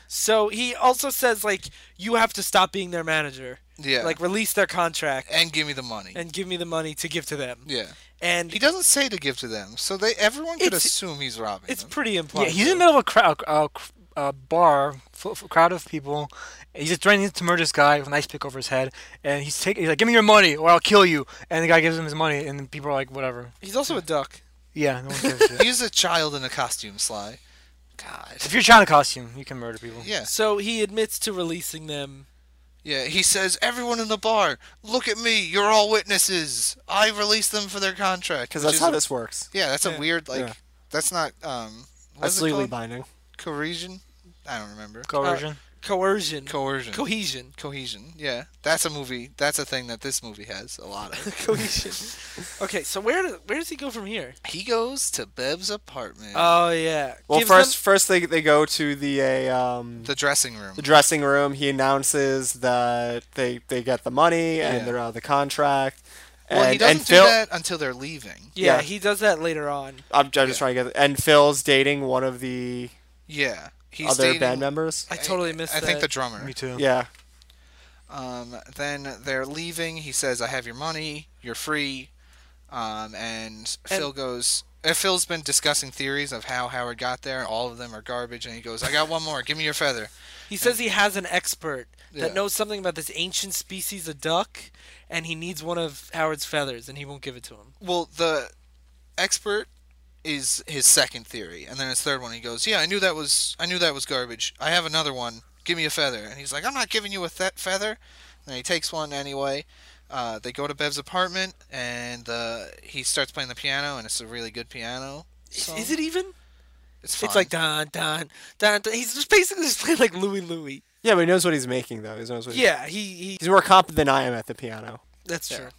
Speaker 3: So he also says like, "You have to stop being their manager.
Speaker 2: Yeah.
Speaker 3: Like release their contract."
Speaker 2: and give me the money.
Speaker 3: and give me the money to give to them.
Speaker 2: yeah.
Speaker 3: And
Speaker 2: He doesn't say to give to them, so they everyone could
Speaker 3: It's-
Speaker 2: assume he's robbing
Speaker 3: it's
Speaker 2: them.
Speaker 3: pretty implied.
Speaker 4: yeah, he's in the middle of a, cra- a, a, a uh, bar full, full crowd of people. He's just threatening to murder this guy with an ice pick over his head, and he's taking. He's like, "Give me your money, or I'll kill you." And the guy gives him his money, and then people are like, "Whatever."
Speaker 3: He's also a duck.
Speaker 4: Yeah, no one gives a shit.
Speaker 2: He's a child in a costume, Sly. God.
Speaker 4: If you're trying to costume, you can murder people.
Speaker 2: Yeah.
Speaker 3: So he admits to releasing them.
Speaker 2: Yeah, he says, Everyone in the bar, look at me. You're all witnesses. I release them for their contract.
Speaker 1: because
Speaker 2: which
Speaker 1: that's
Speaker 2: is
Speaker 1: how
Speaker 2: a-
Speaker 1: this works.
Speaker 2: Yeah, that's
Speaker 3: Yeah.
Speaker 2: a weird, like,
Speaker 1: Yeah.
Speaker 2: that's not, um, what's
Speaker 1: That's
Speaker 2: it
Speaker 1: legally
Speaker 2: called?
Speaker 1: binding.
Speaker 2: Coercion? I don't remember.
Speaker 4: Coercion.
Speaker 3: Coercion.
Speaker 2: Coercion.
Speaker 3: Cohesion.
Speaker 2: Cohesion. Yeah. That's a movie. That's a thing that this movie has a lot of.
Speaker 3: Cohesion. okay, so where do, where does he go from here?
Speaker 2: he goes to Bev's apartment.
Speaker 3: Oh yeah.
Speaker 1: Well,
Speaker 3: Gives
Speaker 1: first,
Speaker 3: them-
Speaker 1: first they they go to the uh, um
Speaker 2: the dressing room.
Speaker 1: the dressing room. He announces that they they get the money
Speaker 2: Yeah.
Speaker 1: and they're out of the contract.
Speaker 2: well,
Speaker 1: and,
Speaker 2: he doesn't
Speaker 1: and
Speaker 2: do
Speaker 1: Phil,
Speaker 2: that until they're leaving.
Speaker 3: yeah,
Speaker 1: yeah.
Speaker 3: he does that later on.
Speaker 1: I'm, I'm just
Speaker 2: Yeah.
Speaker 1: trying to get. And Phil's dating one of the
Speaker 2: Yeah. He's
Speaker 1: other
Speaker 2: dating,
Speaker 1: band members.
Speaker 3: I totally missed
Speaker 2: I
Speaker 3: that.
Speaker 2: think the drummer.
Speaker 4: Me too.
Speaker 1: Yeah,
Speaker 2: Um, then they're leaving. He says, "I have your money. You're free." Um, and, Phil goes. Uh, Phil's been discussing theories of how Howard got there. All of them are garbage. And he goes, "I got one more. Give me your feather."
Speaker 3: He says he has an expert that
Speaker 2: Yeah.
Speaker 3: knows something about this ancient species of duck, and he needs one of Howard's feathers, and he won't give it to him.
Speaker 2: Well, the expert is his second theory, and then his third one. He goes, "Yeah, I knew that was. I knew that was garbage. I have another one. Give me a feather." And he's like, "I'm not giving you a th- feather." And he takes one anyway. Uh, they go to Bev's apartment, and uh, he starts playing the piano, and it's a really good piano.
Speaker 3: Is-
Speaker 2: song.
Speaker 3: Is it even?
Speaker 2: It's
Speaker 3: It's like don don don. don. He's just basically just playing like Louie Louie.
Speaker 1: yeah, but he knows what he's making though. He knows what he-
Speaker 3: Yeah, he he.
Speaker 1: he's more competent than I am at the piano.
Speaker 3: That's
Speaker 2: Yeah.
Speaker 3: true.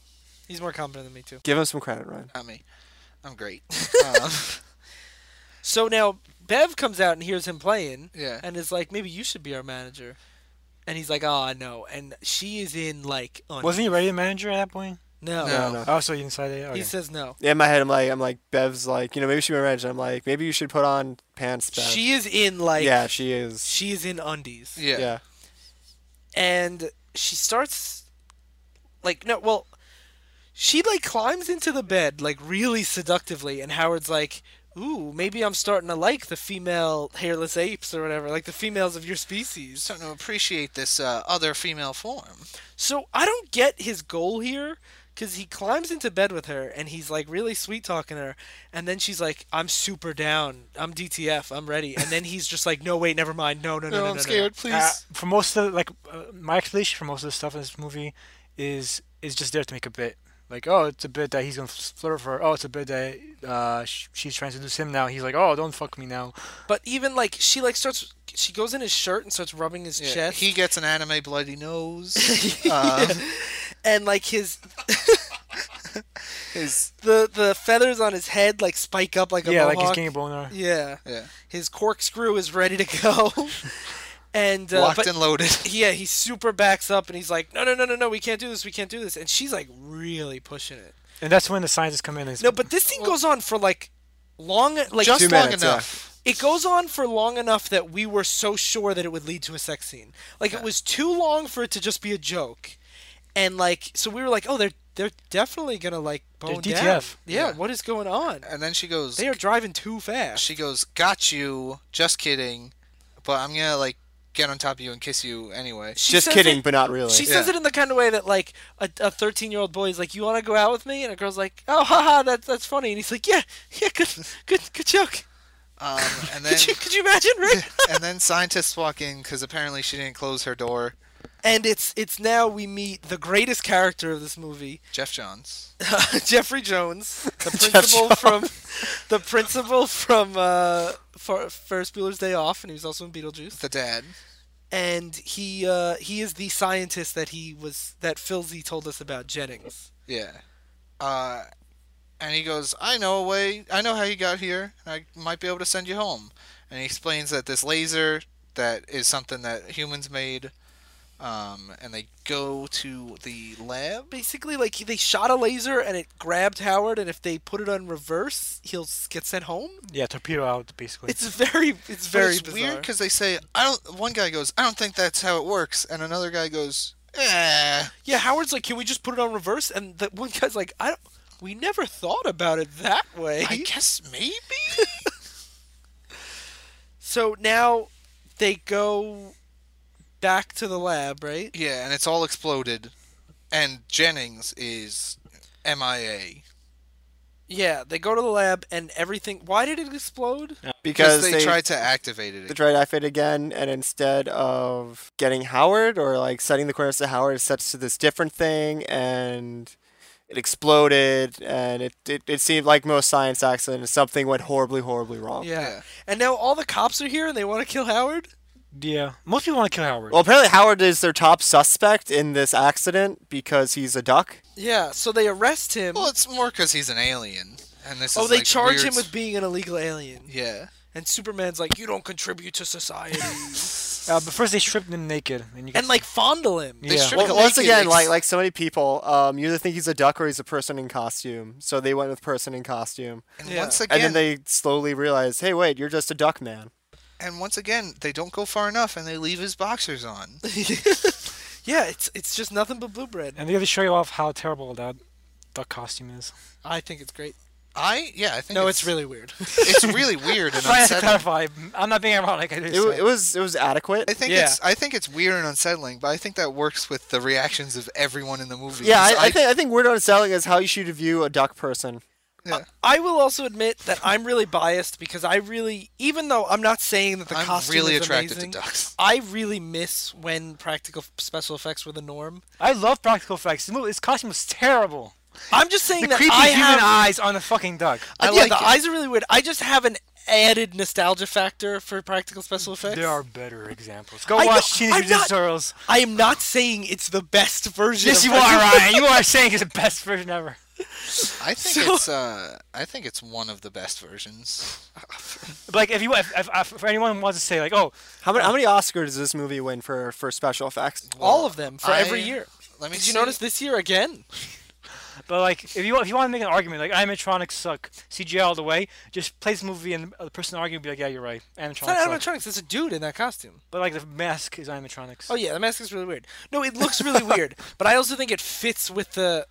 Speaker 3: He's more competent than me too.
Speaker 1: Give him some credit, Ryan.
Speaker 2: not me. I'm great. um,
Speaker 3: So now Bev comes out and hears him playing,
Speaker 2: yeah.
Speaker 3: and is like, maybe you should be our manager. And he's like, oh no. And she is in like, un-
Speaker 4: Wasn't he already a manager at that point?
Speaker 3: no.
Speaker 2: No.
Speaker 1: No, no.
Speaker 4: Oh, so you decided. Okay.
Speaker 3: He says no.
Speaker 1: In my head, I'm like, I'm like, Bev's like, you know, maybe she went red. I'm like, maybe you should put on pants. Bev.
Speaker 3: She is in like,
Speaker 1: yeah, she is.
Speaker 3: she is in undies.
Speaker 2: yeah,
Speaker 1: yeah.
Speaker 3: and she starts like no well she like climbs into the bed like really seductively and howard's like ooh maybe i'm starting to like the female hairless apes or whatever like the females of your species
Speaker 2: Starting to appreciate this uh, other female form.
Speaker 3: so i don't get his goal here because he climbs into bed with her and he's like really sweet talking her and then she's like i'm super down i'm dtf i'm ready and then he's just like no wait never mind no no no no, no, Ah, no,
Speaker 2: please.
Speaker 4: Uh, for most of the, like uh, my explanation for most of the stuff in this movie is is just there to make a bit. Like oh, it's a bit that he's gonna flirt with her. Oh, it's a bit that uh, sh- she's trying to seduce him now. He's like oh, don't fuck me now.
Speaker 3: but even like she like starts she goes in his shirt and starts rubbing his
Speaker 2: Yeah,
Speaker 3: chest
Speaker 2: He gets an anime bloody nose. um,
Speaker 3: and like his
Speaker 2: his,
Speaker 3: the the feathers on his head like spike up like a
Speaker 4: yeah,
Speaker 3: mohawk.
Speaker 4: like he's getting a boner.
Speaker 3: yeah,
Speaker 2: yeah.
Speaker 3: his corkscrew is ready to go, and uh,
Speaker 2: Locked
Speaker 3: but
Speaker 2: and loaded.
Speaker 3: yeah, he super backs up and he's like, no, no, no, no, no, we can't do this, we can't do this, and she's like really pushing it.
Speaker 4: And that's when the scientists come in. And
Speaker 3: No, but this thing goes on for like long, like
Speaker 2: Just
Speaker 1: Two
Speaker 2: long
Speaker 1: minutes,
Speaker 2: enough.
Speaker 3: it goes on for long enough that we were so sure that it would lead to a sex scene. Like it was too long for it to just be a joke, and like so we were like, oh, they're they're definitely gonna like bone down.
Speaker 4: DTF.
Speaker 3: Yeah,
Speaker 2: Yeah.
Speaker 3: what is going on?
Speaker 1: Uh,
Speaker 2: And then she goes,
Speaker 3: They are driving too fast.
Speaker 2: she goes, got you. Just kidding. But I'm gonna like get on top of you and kiss you anyway.
Speaker 3: She
Speaker 1: Just
Speaker 3: says
Speaker 1: kidding,
Speaker 3: it-
Speaker 1: but not really.
Speaker 3: she says
Speaker 2: Yeah.
Speaker 3: it in the kind of way that like a a thirteen year old boy is like, "You want to go out with me?" And a girl's like, "Oh, haha, that's that's funny." And he's like, "Yeah, yeah, good, good, good joke."
Speaker 2: Um, and then
Speaker 3: Could you could you imagine, Rick?
Speaker 2: and then scientists walk in because apparently she didn't close her door.
Speaker 3: and it's it's now we meet the greatest character of this movie,
Speaker 2: Jeff Johns.
Speaker 3: Jeffrey Jones, the
Speaker 1: Jeff
Speaker 3: principal from the principal from uh, Fer- Ferris Bueller's Day Off, and he was also in Beetlejuice.
Speaker 2: The dad.
Speaker 3: And he uh, he is the scientist that he was that Filzy told us about Jennings.
Speaker 2: Yeah. Uh, and he goes, I know a way. I know how you got here. And I might be able to send you home. And he explains that this laser that is something that humans made. Um, and they go to the lab.
Speaker 3: basically like they shot a laser and it grabbed Howard, and if they put it on reverse, he'll s- get sent home.
Speaker 4: yeah, torpedo out basically.
Speaker 3: It's very, it's
Speaker 2: But
Speaker 3: very
Speaker 2: it's
Speaker 3: bizarre.
Speaker 2: weird because they say, I don't. One guy goes, I don't think that's how it works. And another guy goes, Eh.
Speaker 3: yeah, Howard's like, can we just put it on reverse? And the one guy's like, I don't. We never thought about it that way.
Speaker 2: I guess maybe.
Speaker 3: So now they go back to the lab, right?
Speaker 2: Yeah, and it's all exploded, and Jennings is MIA
Speaker 3: Yeah, they go to the lab and everything. Why did it explode?
Speaker 1: because
Speaker 2: they, tried to activate it.
Speaker 1: the
Speaker 2: Again.
Speaker 1: Dread Athlete again, and instead of getting Howard or like setting the coordinates to Howard, it sets to this different thing, and it exploded, and it, it, it seemed like most science accidents, something went horribly, horribly wrong.
Speaker 3: Oh, Yeah.
Speaker 2: Yeah.
Speaker 3: And now all the cops are here and they want to kill Howard?
Speaker 4: Yeah. Most people want to kill Howard.
Speaker 1: Well, apparently Howard is their top suspect in this accident because he's a duck.
Speaker 3: Yeah, so they arrest him.
Speaker 2: Well, it's more because he's an alien, and this.
Speaker 3: oh,
Speaker 2: is,
Speaker 3: they
Speaker 2: like,
Speaker 3: charge
Speaker 2: weird-
Speaker 3: him with being an illegal alien.
Speaker 2: Yeah.
Speaker 3: And Superman's like, you don't contribute to society.
Speaker 4: Uh, but first they stripped him naked, and you
Speaker 3: and, like, fondle him.
Speaker 4: Yeah.
Speaker 2: strip
Speaker 1: Well,
Speaker 2: him
Speaker 1: once
Speaker 2: naked,
Speaker 1: again,
Speaker 2: ex-
Speaker 1: like like so many people, um, you either think he's a duck or he's a person in costume. So they went with person in costume,
Speaker 2: and
Speaker 3: Yeah.
Speaker 2: once again,
Speaker 1: and then they slowly realized, hey, wait, you're just a duck man.
Speaker 2: and once again, they don't go far enough, and they leave his boxers on.
Speaker 3: yeah, it's it's just nothing but blue bread.
Speaker 4: and they have to show you off how terrible that duck costume is.
Speaker 3: I think it's great.
Speaker 2: I yeah, I think
Speaker 3: No,
Speaker 2: it's,
Speaker 3: it's, really weird.
Speaker 2: it's really weird and
Speaker 4: I have to
Speaker 2: unsettling.
Speaker 4: clarify. I'm not being ironic. I just
Speaker 1: It, wa- it was it was adequate.
Speaker 2: I think
Speaker 3: Yeah.
Speaker 2: it's I think it's weird and unsettling, but I think that works with the reactions of everyone in the movie.
Speaker 1: Yeah,
Speaker 2: So
Speaker 1: I, I think I think weird on selling is how you should view a duck person.
Speaker 2: yeah.
Speaker 3: I will also admit that I'm really biased because I really, even though I'm not saying that the
Speaker 2: I'm
Speaker 3: costume
Speaker 2: really
Speaker 3: is
Speaker 2: attracted
Speaker 3: amazing,
Speaker 2: to ducks.
Speaker 3: I really miss when practical f- special effects were the norm.
Speaker 4: I love practical effects. This movie- This costume was terrible.
Speaker 3: I'm just saying
Speaker 4: The
Speaker 3: that
Speaker 4: creepy
Speaker 3: I
Speaker 4: human
Speaker 3: have.
Speaker 4: eyes on the fucking duck.
Speaker 2: I
Speaker 3: yeah,
Speaker 2: like
Speaker 3: the
Speaker 2: it.
Speaker 3: eyes are really weird. I just have an added nostalgia factor for practical special effects.
Speaker 4: There are better examples. Go
Speaker 3: I know-
Speaker 4: watch Teenage
Speaker 3: I'm
Speaker 4: Mutant
Speaker 3: not-
Speaker 4: Ninja Turtles.
Speaker 3: I am not saying it's the best version.
Speaker 4: Yes, you
Speaker 3: of
Speaker 4: are,
Speaker 3: practical-
Speaker 4: Ryan. You are saying it's the best version ever.
Speaker 2: I think
Speaker 3: So-
Speaker 2: it's uh I think it's one of the best versions.
Speaker 4: But, like, if you if, if, if for anyone wants to say like, oh,
Speaker 1: How many how many Oscars does this movie win for for special effects?
Speaker 3: All of them for every
Speaker 2: I-
Speaker 3: year.
Speaker 2: Let me
Speaker 3: Did you
Speaker 2: see.
Speaker 3: notice this year again?
Speaker 4: but like if you if you want to make an argument like animatronics suck, CGI all the way, just play this movie and the person arguing be like, yeah, you're right, animatronics.
Speaker 3: It's not
Speaker 4: suck.
Speaker 3: animatronics. It's a dude in that costume.
Speaker 4: But like the mask is animatronics.
Speaker 3: Oh yeah, the mask is really weird. No, it looks really weird, but I also think it fits with the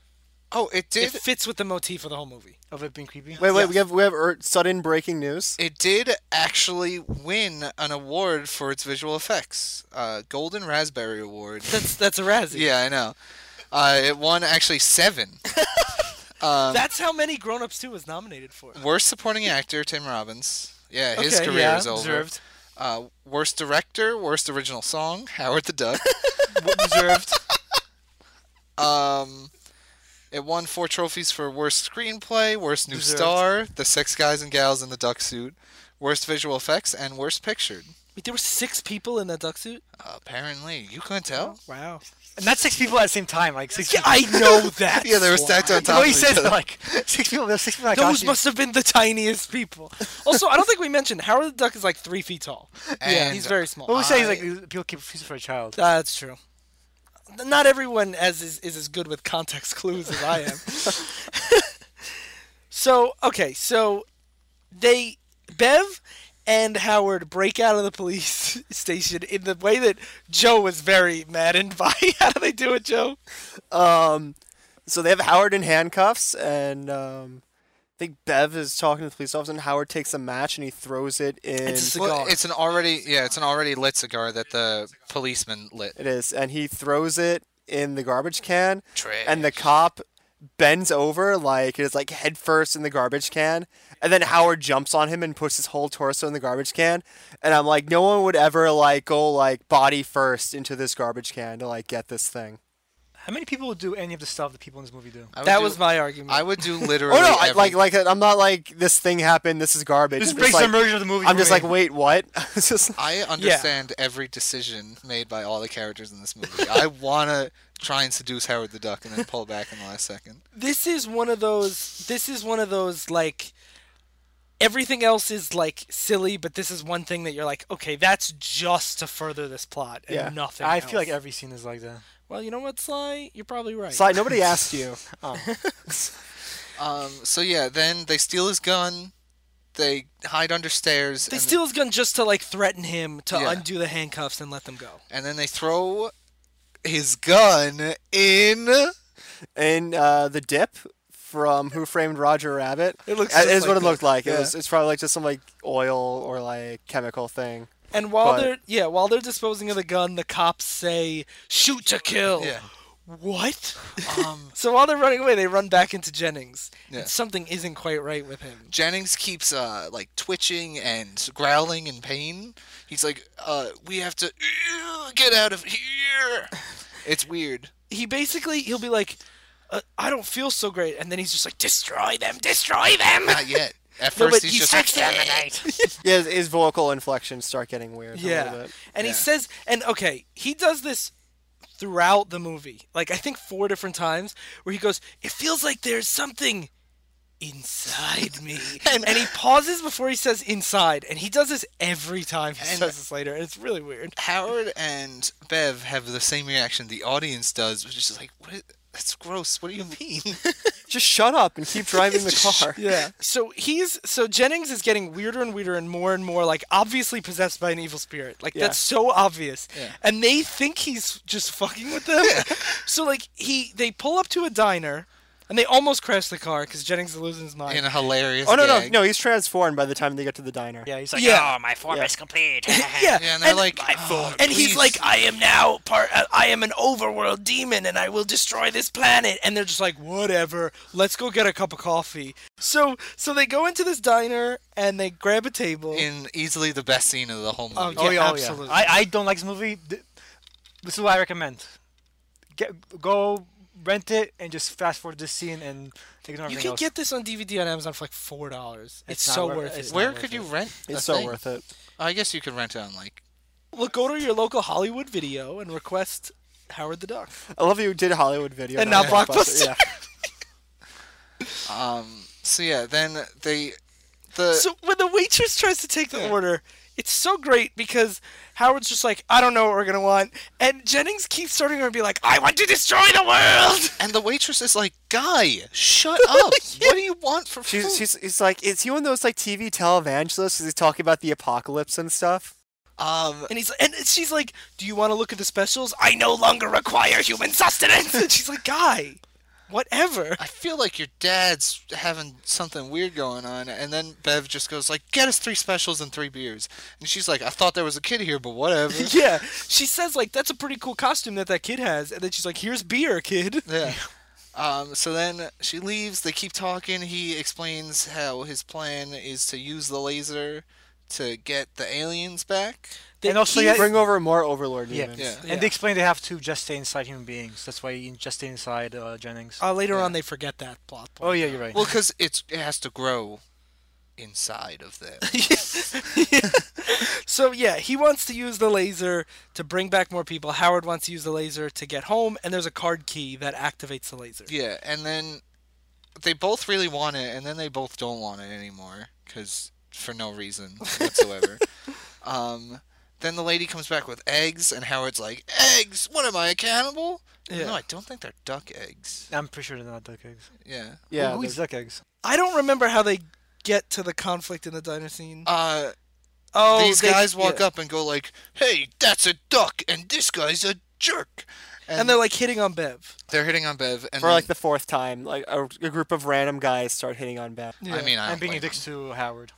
Speaker 2: Oh, it
Speaker 3: it
Speaker 2: did
Speaker 3: fits with the motif of the whole movie.
Speaker 4: Of it being creepy.
Speaker 1: Wait, wait,
Speaker 3: Yes.
Speaker 1: we have we have er, sudden breaking news.
Speaker 2: it did actually win an award for its visual effects. Uh Golden Raspberry Award.
Speaker 3: That's that's a Razzie.
Speaker 2: yeah, I know. Uh it won actually 7.
Speaker 3: That's how many Grown Ups 2 was nominated for.
Speaker 2: Worst supporting actor Tim Robbins. Yeah, his
Speaker 3: Okay,
Speaker 2: career
Speaker 3: yeah,
Speaker 2: is over.
Speaker 4: Observed.
Speaker 2: Uh, worst director, worst original song, Howard the Duck.
Speaker 4: Observed.
Speaker 2: Um, it won four trophies for worst screenplay, worst new
Speaker 4: Deserved.
Speaker 2: star, the six guys and gals in the duck suit, worst visual effects, and worst pictured.
Speaker 3: Wait, there were six people in that duck suit.
Speaker 2: apparently, you couldn't tell.
Speaker 3: Wow.
Speaker 4: And that's six people at the same time. Like six.
Speaker 3: Yeah,
Speaker 4: people.
Speaker 3: I know that.
Speaker 2: Yeah, they were stacked
Speaker 4: The
Speaker 2: on top
Speaker 4: way
Speaker 2: of
Speaker 4: he
Speaker 2: each
Speaker 4: says
Speaker 2: other.
Speaker 4: like six people. There's six people. in that
Speaker 3: Those
Speaker 4: costume.
Speaker 3: must have been the tiniest people. Also, I don't think we mentioned Howard the Duck is like three feet tall. yeah,
Speaker 2: And
Speaker 3: he's very small.
Speaker 4: What we say is
Speaker 2: I-
Speaker 4: like people keep confused for a child.
Speaker 3: Ah, That's true. Not everyone as is, is as good with context clues as I am. so okay, so they Bev and Howard break out of the police station in the way that Joe was very maddened by. How do they do it, Joe?
Speaker 1: Um, so they have Howard in handcuffs, and um, I think Bev is talking to the police officer, and Howard takes a match and he throws it in.
Speaker 3: a cigar.
Speaker 2: Well, it's an already yeah, it's an already lit cigar that the policeman lit.
Speaker 1: It is, and he throws it in the garbage can,
Speaker 2: Trash.
Speaker 1: and the cop bends over like it is like head first in the garbage can, and then Howard jumps on him and puts his whole torso in the garbage can, and I'm like, no one would ever like go like body first into this garbage can to like get this thing.
Speaker 4: How many people do any of the stuff that people in this movie do?
Speaker 2: I would
Speaker 3: That
Speaker 2: do-
Speaker 3: was my argument.
Speaker 2: I would do literally.
Speaker 1: Oh no! I,
Speaker 2: every-
Speaker 1: like, like I'm not like this thing happened. This is garbage.
Speaker 4: This
Speaker 1: I'm
Speaker 4: breaks
Speaker 1: just,
Speaker 4: the
Speaker 1: like-
Speaker 4: immersion of the movie.
Speaker 1: I'm
Speaker 4: for
Speaker 1: just
Speaker 4: me.
Speaker 1: like, wait, what? It's just-
Speaker 2: I understand every decision made by all the characters in this movie. I want to try and seduce Howard the Duck and then pull back in the last second.
Speaker 3: this is one of those this is one of those like everything else is like silly but this is one thing that you're like okay that's just to further this plot and
Speaker 1: Yeah.
Speaker 3: nothing
Speaker 4: I feel like
Speaker 3: else."
Speaker 4: every scene is like that.
Speaker 3: well you know what sly you're probably right
Speaker 1: Sly, nobody asked you.
Speaker 2: Um, so yeah, then they steal his gun. They hide under stairs.
Speaker 3: they
Speaker 2: and,
Speaker 3: steal his gun just to like threaten him to
Speaker 2: Yeah.
Speaker 3: undo the handcuffs and let them go
Speaker 2: and then they throw his gun in.
Speaker 1: in uh, the dip from Who Framed Roger Rabbit.
Speaker 3: It looks
Speaker 1: That
Speaker 3: just
Speaker 1: is what
Speaker 3: like
Speaker 1: it looked like.
Speaker 3: Yeah.
Speaker 1: It was, it's probably like just some like oil or like chemical thing.
Speaker 3: And while
Speaker 1: But-
Speaker 3: they're yeah, while they're disposing of the gun, the cops say shoot to kill.
Speaker 2: Yeah.
Speaker 3: What?
Speaker 2: Um,
Speaker 3: so while they're running away, they run back into Jennings.
Speaker 2: Yeah.
Speaker 3: And something isn't quite right with him.
Speaker 2: Jennings keeps uh, like twitching and growling in pain. He's like, uh, "We have to get out of here." It's weird.
Speaker 3: He basically he'll be like, uh, I don't feel so great, and then he's just like, destroy them, destroy them.
Speaker 2: Not yet. At
Speaker 3: No,
Speaker 2: first,
Speaker 3: but
Speaker 2: he's,
Speaker 3: he's
Speaker 2: just
Speaker 3: like,
Speaker 1: Yeah, his- his vocal inflections start getting weird. A little
Speaker 3: Yeah.
Speaker 1: bit.
Speaker 3: And he
Speaker 2: Yeah.
Speaker 3: says, and okay, he does this throughout the movie. Like, I think four different times where he goes, It feels like there's something inside me. and,
Speaker 2: And-
Speaker 3: he pauses before he says inside. And he does this every time he
Speaker 2: And-
Speaker 3: says this later. And it's really weird.
Speaker 2: Howard and Bev have the same reaction the audience does, which is just like, "What? is- That's gross. What do you mean?"
Speaker 1: Just shut up and keep driving the car.
Speaker 3: Yeah. So he's so Jennings is getting weirder and weirder and more and more like obviously possessed by an evil spirit. Like
Speaker 1: Yeah.
Speaker 3: that's so obvious.
Speaker 2: Yeah.
Speaker 3: And they think he's just fucking with them. So like he they pull up to a diner and they almost crash the car cuz Jennings is losing his mind.
Speaker 2: In a hilarious.
Speaker 1: Oh no no
Speaker 2: gag.
Speaker 1: no! He's transformed by the time they get to the diner.
Speaker 4: Yeah, he's like,
Speaker 3: Yeah.
Speaker 4: oh, my form
Speaker 1: Yeah.
Speaker 4: is complete.
Speaker 3: yeah.
Speaker 2: Yeah, and they're like, "Oh,
Speaker 3: and he's
Speaker 2: please."
Speaker 3: like, I am now part. uh, I am an overworld demon, and I will destroy this planet. And they're just like, whatever. Let's go get a cup of coffee. So, so they go into this diner and they grab a table.
Speaker 2: in easily the best scene of the whole movie.
Speaker 3: Oh,
Speaker 4: Oh,
Speaker 3: Yeah,
Speaker 4: yeah, oh,
Speaker 3: absolutely.
Speaker 4: yeah. I, I don't like this movie. Th- This is what I recommend. Get go rent it and just fast forward this scene and ignore
Speaker 3: you
Speaker 4: everything
Speaker 3: can
Speaker 4: else.
Speaker 3: get this on DVD on Amazon for like four dollars. It's,
Speaker 4: It's not
Speaker 3: so
Speaker 4: worth-
Speaker 3: worth,
Speaker 4: it's
Speaker 3: it.
Speaker 4: not-
Speaker 2: Where
Speaker 4: worth
Speaker 2: could
Speaker 4: it.
Speaker 2: you rent? the
Speaker 1: It's so
Speaker 2: thing?
Speaker 1: worth it.
Speaker 2: I guess you could rent it on like.
Speaker 3: Look, go to your local Hollywood video and request Howard the Duck.
Speaker 1: I love you did Hollywood video
Speaker 3: And not Blockbuster.
Speaker 1: Yeah.
Speaker 2: Um. So yeah, then they, the
Speaker 3: So when the waitress tries to take the
Speaker 2: Yeah.
Speaker 3: order, it's so great because Howard's just like, I don't know what we're gonna want, and Jennings keeps starting to be like, I want to destroy the world.
Speaker 2: and the waitress is like, "Guy, shut up! What do you want for food?"
Speaker 1: She's, she's, he's like, is he one of those like TV televangelists? 'Cause he's talking about the apocalypse and stuff.
Speaker 2: um.
Speaker 3: And he's and she's like, Do you want to look at the specials? I no longer require human sustenance. and she's like, Guy, whatever.
Speaker 2: I feel like your dad's having something weird going on, and then Bev just goes like, "Get us three specials and three beers," and she's like, "I thought there was a kid here, but whatever."
Speaker 3: yeah, she says like, That's a pretty cool costume that that kid has, and then she's like, Here's beer, kid.
Speaker 2: yeah. Um, so then she leaves. They keep talking. He explains how his plan is to use the laser to get the aliens back.
Speaker 4: And also,
Speaker 3: He-
Speaker 4: yeah,
Speaker 1: Bring over more Overlord
Speaker 4: Yeah.
Speaker 1: demons.
Speaker 2: Yeah.
Speaker 4: And they explain they have to just stay inside human beings. That's why you just stay inside uh, Jennings.
Speaker 3: uh, later
Speaker 2: Yeah.
Speaker 3: on, they forget that plot point.
Speaker 4: oh yeah, you're right.
Speaker 2: Well, because it has to grow inside of them.
Speaker 3: So yeah, he wants to use the laser to bring back more people. Howard wants to use the laser to get home, and there's a card key that activates the laser.
Speaker 2: yeah, and then they both really want it, and then they both don't want it anymore because for no reason whatsoever. um, then the lady comes back with eggs, and Howard's like, "Eggs? What am I a cannibal?"
Speaker 3: Yeah.
Speaker 2: No, I don't think they're duck eggs.
Speaker 4: I'm pretty sure they're not duck eggs.
Speaker 2: Yeah.
Speaker 1: Yeah,
Speaker 4: Who- who
Speaker 1: the-
Speaker 4: eats duck eggs?
Speaker 3: I don't remember how they get to the conflict in the diner scene.
Speaker 2: Uh,
Speaker 3: oh,
Speaker 2: these guys walk up and go like, "Hey, that's a duck, and this guy's a jerk,"
Speaker 3: and they're like hitting on Bev.
Speaker 2: they're hitting on Bev, and
Speaker 1: for like
Speaker 2: then-
Speaker 1: the fourth time, like a, a group of random guys start hitting on Beth.
Speaker 2: I mean, I
Speaker 4: I'm
Speaker 2: don't
Speaker 4: being
Speaker 2: blame
Speaker 4: addicted to Howard.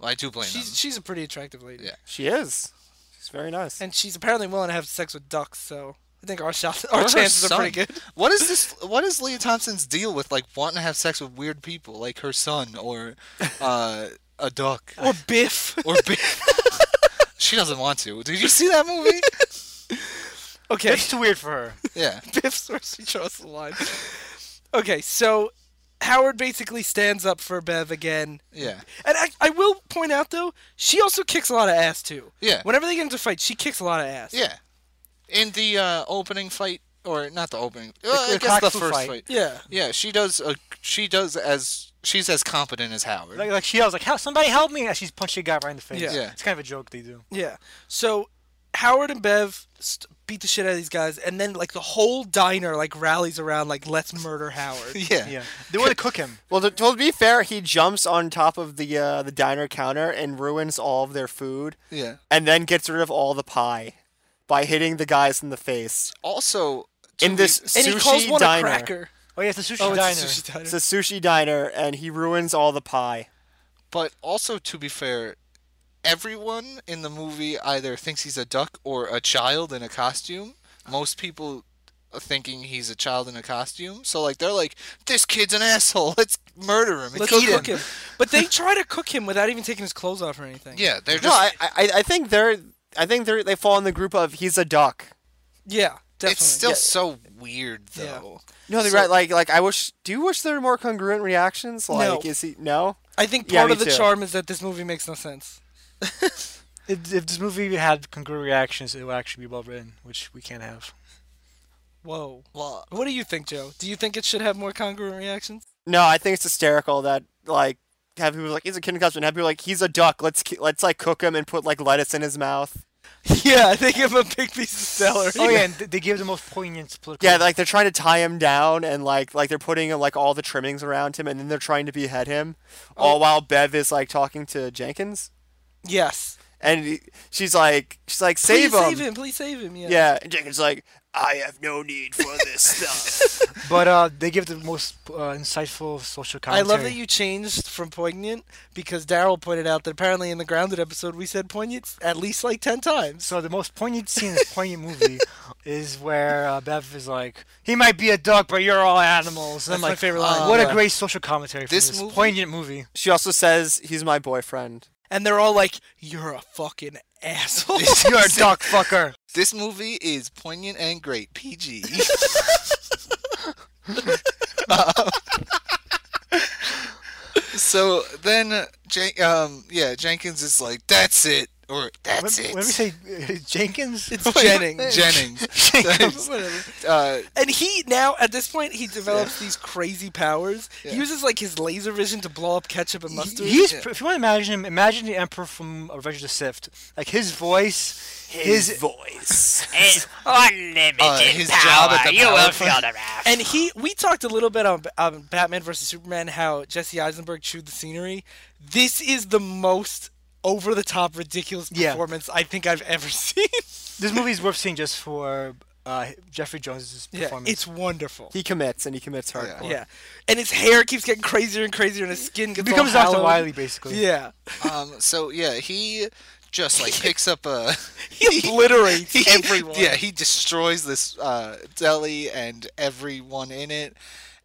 Speaker 2: them. I do blame
Speaker 3: she's she's a pretty attractive lady.
Speaker 2: Yeah.
Speaker 1: She is. She's very nice.
Speaker 3: and she's apparently willing to have sex with ducks. So I think our shot,
Speaker 2: them.
Speaker 3: our
Speaker 2: Or her
Speaker 3: chances are pretty
Speaker 2: son.
Speaker 3: good.
Speaker 2: What is this? What is Leah Thompson's deal with like wanting to have sex with weird people, like her son or uh, a duck
Speaker 3: Or Biff.
Speaker 2: or Bev? she doesn't want to. Did you see that movie?
Speaker 3: Okay,
Speaker 4: It's too weird for her.
Speaker 2: yeah.
Speaker 3: Biff's where she draws the line. Okay, so Howard basically stands up for Bev again.
Speaker 2: Yeah.
Speaker 3: And I, I will point out though, she also kicks a lot of ass too.
Speaker 2: Yeah.
Speaker 3: Whenever they get into a fight, she kicks a lot of ass.
Speaker 2: Yeah. In the uh, opening fight, or not the opening, well, I
Speaker 4: the
Speaker 2: guess the
Speaker 4: cock fu
Speaker 2: first
Speaker 4: fight.
Speaker 2: fight.
Speaker 3: Yeah.
Speaker 2: Yeah, she does. A, she does as she's as competent as Howard.
Speaker 4: Like, like she yells like, "Help! Somebody help me!" And she's punching a guy right in the face.
Speaker 3: Yeah.
Speaker 2: Yeah.
Speaker 4: It's kind of a joke they do.
Speaker 3: Yeah. So Howard and Bev st- beat the shit out of these guys, and then like the whole diner like rallies around like let's murder Howard.
Speaker 2: yeah.
Speaker 4: Yeah. They want to cook him.
Speaker 1: Well, to, to be fair, he jumps on top of the uh, the diner counter and ruins all of their food,
Speaker 2: Yeah.
Speaker 1: and then gets rid of all the pie by hitting the guys in the face
Speaker 2: Also,
Speaker 1: in this
Speaker 3: and
Speaker 1: sushi
Speaker 3: he calls one
Speaker 1: diner.
Speaker 3: a cracker.
Speaker 4: Oh yeah, it's a sushi
Speaker 3: Oh,
Speaker 4: diner.
Speaker 3: it's a sushi diner.
Speaker 1: It's a sushi diner, and he ruins all the pie.
Speaker 2: but also to be fair, everyone in the movie either thinks he's a duck or a child in a costume. Most people are thinking he's a child in a costume. So like they're like, this kid's an asshole. Let's murder him. and
Speaker 3: Let's
Speaker 2: eat
Speaker 3: cook
Speaker 2: him.
Speaker 3: him. But they try to cook him without even taking his clothes off or anything.
Speaker 2: Yeah, they're
Speaker 1: No,
Speaker 2: just.
Speaker 1: I, I, I think they're, I think they're, they fall in the group of he's a duck.
Speaker 3: Yeah, definitely.
Speaker 2: it's still
Speaker 3: Yeah.
Speaker 2: so weird
Speaker 3: Yeah.
Speaker 2: though.
Speaker 1: No, they're
Speaker 3: So-
Speaker 1: right. Like, like I wish. Do you wish there were more congruent reactions? Like,
Speaker 3: No.
Speaker 1: is he no?
Speaker 3: I think
Speaker 1: Yeah,
Speaker 3: part
Speaker 1: me
Speaker 3: of the
Speaker 1: too.
Speaker 3: charm is that this movie makes no sense.
Speaker 4: If, if this movie had congruent reactions, it would actually be well written, which we can't have.
Speaker 3: Whoa.
Speaker 2: Well,
Speaker 3: What do you think, Joe? Do you think it should have more congruent reactions?
Speaker 1: No, I think it's hysterical that like have people like he's a kid in costume, and have people like he's a duck. Let's ki- let's like cook him and put like lettuce in his mouth.
Speaker 3: yeah, they give him a big piece of celery.
Speaker 4: Oh yeah, and th- they gave the most poignant political.
Speaker 1: Yeah, like they're trying to tie him down and like like they're putting like all the trimmings around him, and then they're trying to behead him,
Speaker 3: Oh.
Speaker 1: all while Bev is like talking to Jenkins,
Speaker 3: Yes.
Speaker 1: and he, she's like she's like save
Speaker 3: Please
Speaker 1: him.
Speaker 3: Save him. Please save him. Yeah.
Speaker 1: Yeah, and Jenkins is like I have no need for this stuff.
Speaker 4: but uh, they give the most uh, insightful social
Speaker 3: I
Speaker 4: commentary.
Speaker 3: love that you changed from poignant because Daryl pointed out that apparently in the grounded episode we said poignant at least like ten times.
Speaker 4: So the most poignant scene in this poignant movie is where uh, Bev is like, "He might be a duck, but you're all animals." And
Speaker 3: That's
Speaker 4: I'm
Speaker 3: my
Speaker 4: like,
Speaker 3: favorite
Speaker 4: "Oh,
Speaker 3: line.
Speaker 4: What
Speaker 3: Yeah.
Speaker 4: a great social commentary for
Speaker 2: This
Speaker 4: this,
Speaker 2: movie-
Speaker 4: poignant movie.
Speaker 1: she also says he's my boyfriend.
Speaker 3: And they're all like, "You're a fucking asshole."
Speaker 4: You're a duck fucker.
Speaker 2: this movie is poignant and great. PG. Um, so then, Jen- um, yeah, Jenkins is like, "That's it," or
Speaker 4: Let,
Speaker 2: "That's
Speaker 4: let
Speaker 2: it."
Speaker 4: me say, uh, Jenkins.
Speaker 3: it's Jennings.
Speaker 2: Jennings.
Speaker 3: Whatever.
Speaker 2: uh,
Speaker 3: And he now at this point he develops these crazy powers.
Speaker 2: Yeah.
Speaker 3: He uses like his laser vision to blow up ketchup and mustard.
Speaker 4: He's, if you want to imagine him, imagine the Emperor from uh, Revenge of the Sith. Like his voice, his,
Speaker 1: voice.
Speaker 5: Unlimited
Speaker 2: Uh, his
Speaker 5: power.
Speaker 2: job at the
Speaker 5: you
Speaker 2: power
Speaker 5: will
Speaker 2: plant.
Speaker 5: feel the wrath.
Speaker 3: And he, we talked a little bit on, on Batman versus Superman, how Jesse Eisenberg chewed the scenery. This is the most over the top, ridiculous
Speaker 4: Yeah.
Speaker 3: performance I think I've ever seen.
Speaker 4: this movie is worth seeing just for uh, Jeffrey Jones's
Speaker 3: yeah,
Speaker 4: performance.
Speaker 3: it's wonderful.
Speaker 1: he commits and he commits hardcore.
Speaker 3: yeah, and his hair keeps getting crazier and crazier, and his skin
Speaker 4: it
Speaker 3: gets
Speaker 4: becomes
Speaker 3: all
Speaker 4: Doctor
Speaker 3: hollowed.
Speaker 4: Wiley basically.
Speaker 3: Yeah,
Speaker 2: um, so yeah, he just like picks up a.
Speaker 3: he obliterates everyone.
Speaker 2: Yeah, he destroys this uh, deli and everyone in it.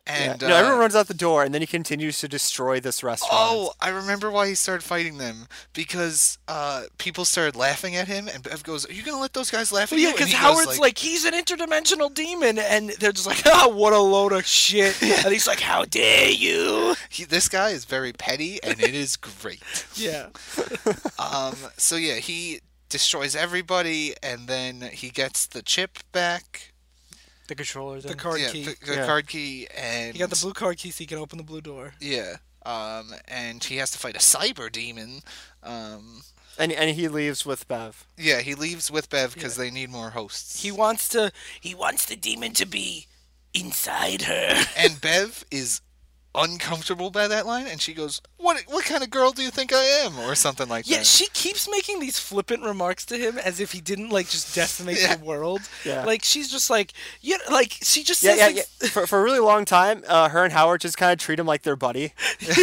Speaker 2: And
Speaker 1: no, everyone
Speaker 2: uh,
Speaker 1: runs out the door, and then he continues to destroy this restaurant.
Speaker 2: Oh, I remember why he started fighting them because uh, people started laughing at him, and Bev goes, "Are you gonna let those guys laugh at
Speaker 3: Well, yeah,
Speaker 2: you?" And he
Speaker 3: because
Speaker 2: goes
Speaker 3: Howard's like, he's an interdimensional demon, and they're just like, ah, what a load of shit. And he's like, how dare you?
Speaker 2: he, "This guy is very petty, and it is great."
Speaker 3: Yeah.
Speaker 2: um, so yeah, he destroys everybody, and then he gets the chip back,
Speaker 4: The controller.
Speaker 3: The
Speaker 4: thing.
Speaker 3: card
Speaker 2: yeah,
Speaker 3: key.
Speaker 2: The, the
Speaker 1: Yeah.
Speaker 2: card key, and
Speaker 3: He got the blue card key so he can open the blue door.
Speaker 2: yeah, um, and he has to fight a cyber demon. Um,
Speaker 1: and and he leaves with Bev.
Speaker 2: yeah, he leaves with Bev because they need more hosts.
Speaker 3: He wants to. He wants the demon to be inside her.
Speaker 2: and Bev is uncomfortable by that line, and she goes, "What? What kind of girl do you think I am?" or something like
Speaker 3: Yeah,
Speaker 2: that.
Speaker 3: she keeps making these flippant remarks to him as if he didn't like just decimate
Speaker 2: Yeah.
Speaker 3: the world.
Speaker 1: Yeah.
Speaker 3: Like she's just like, yeah, like she just
Speaker 1: Yeah,
Speaker 3: says
Speaker 1: yeah,
Speaker 3: things-
Speaker 1: yeah. For, for a really long time, uh, her and Howard just kind of treat him like their buddy,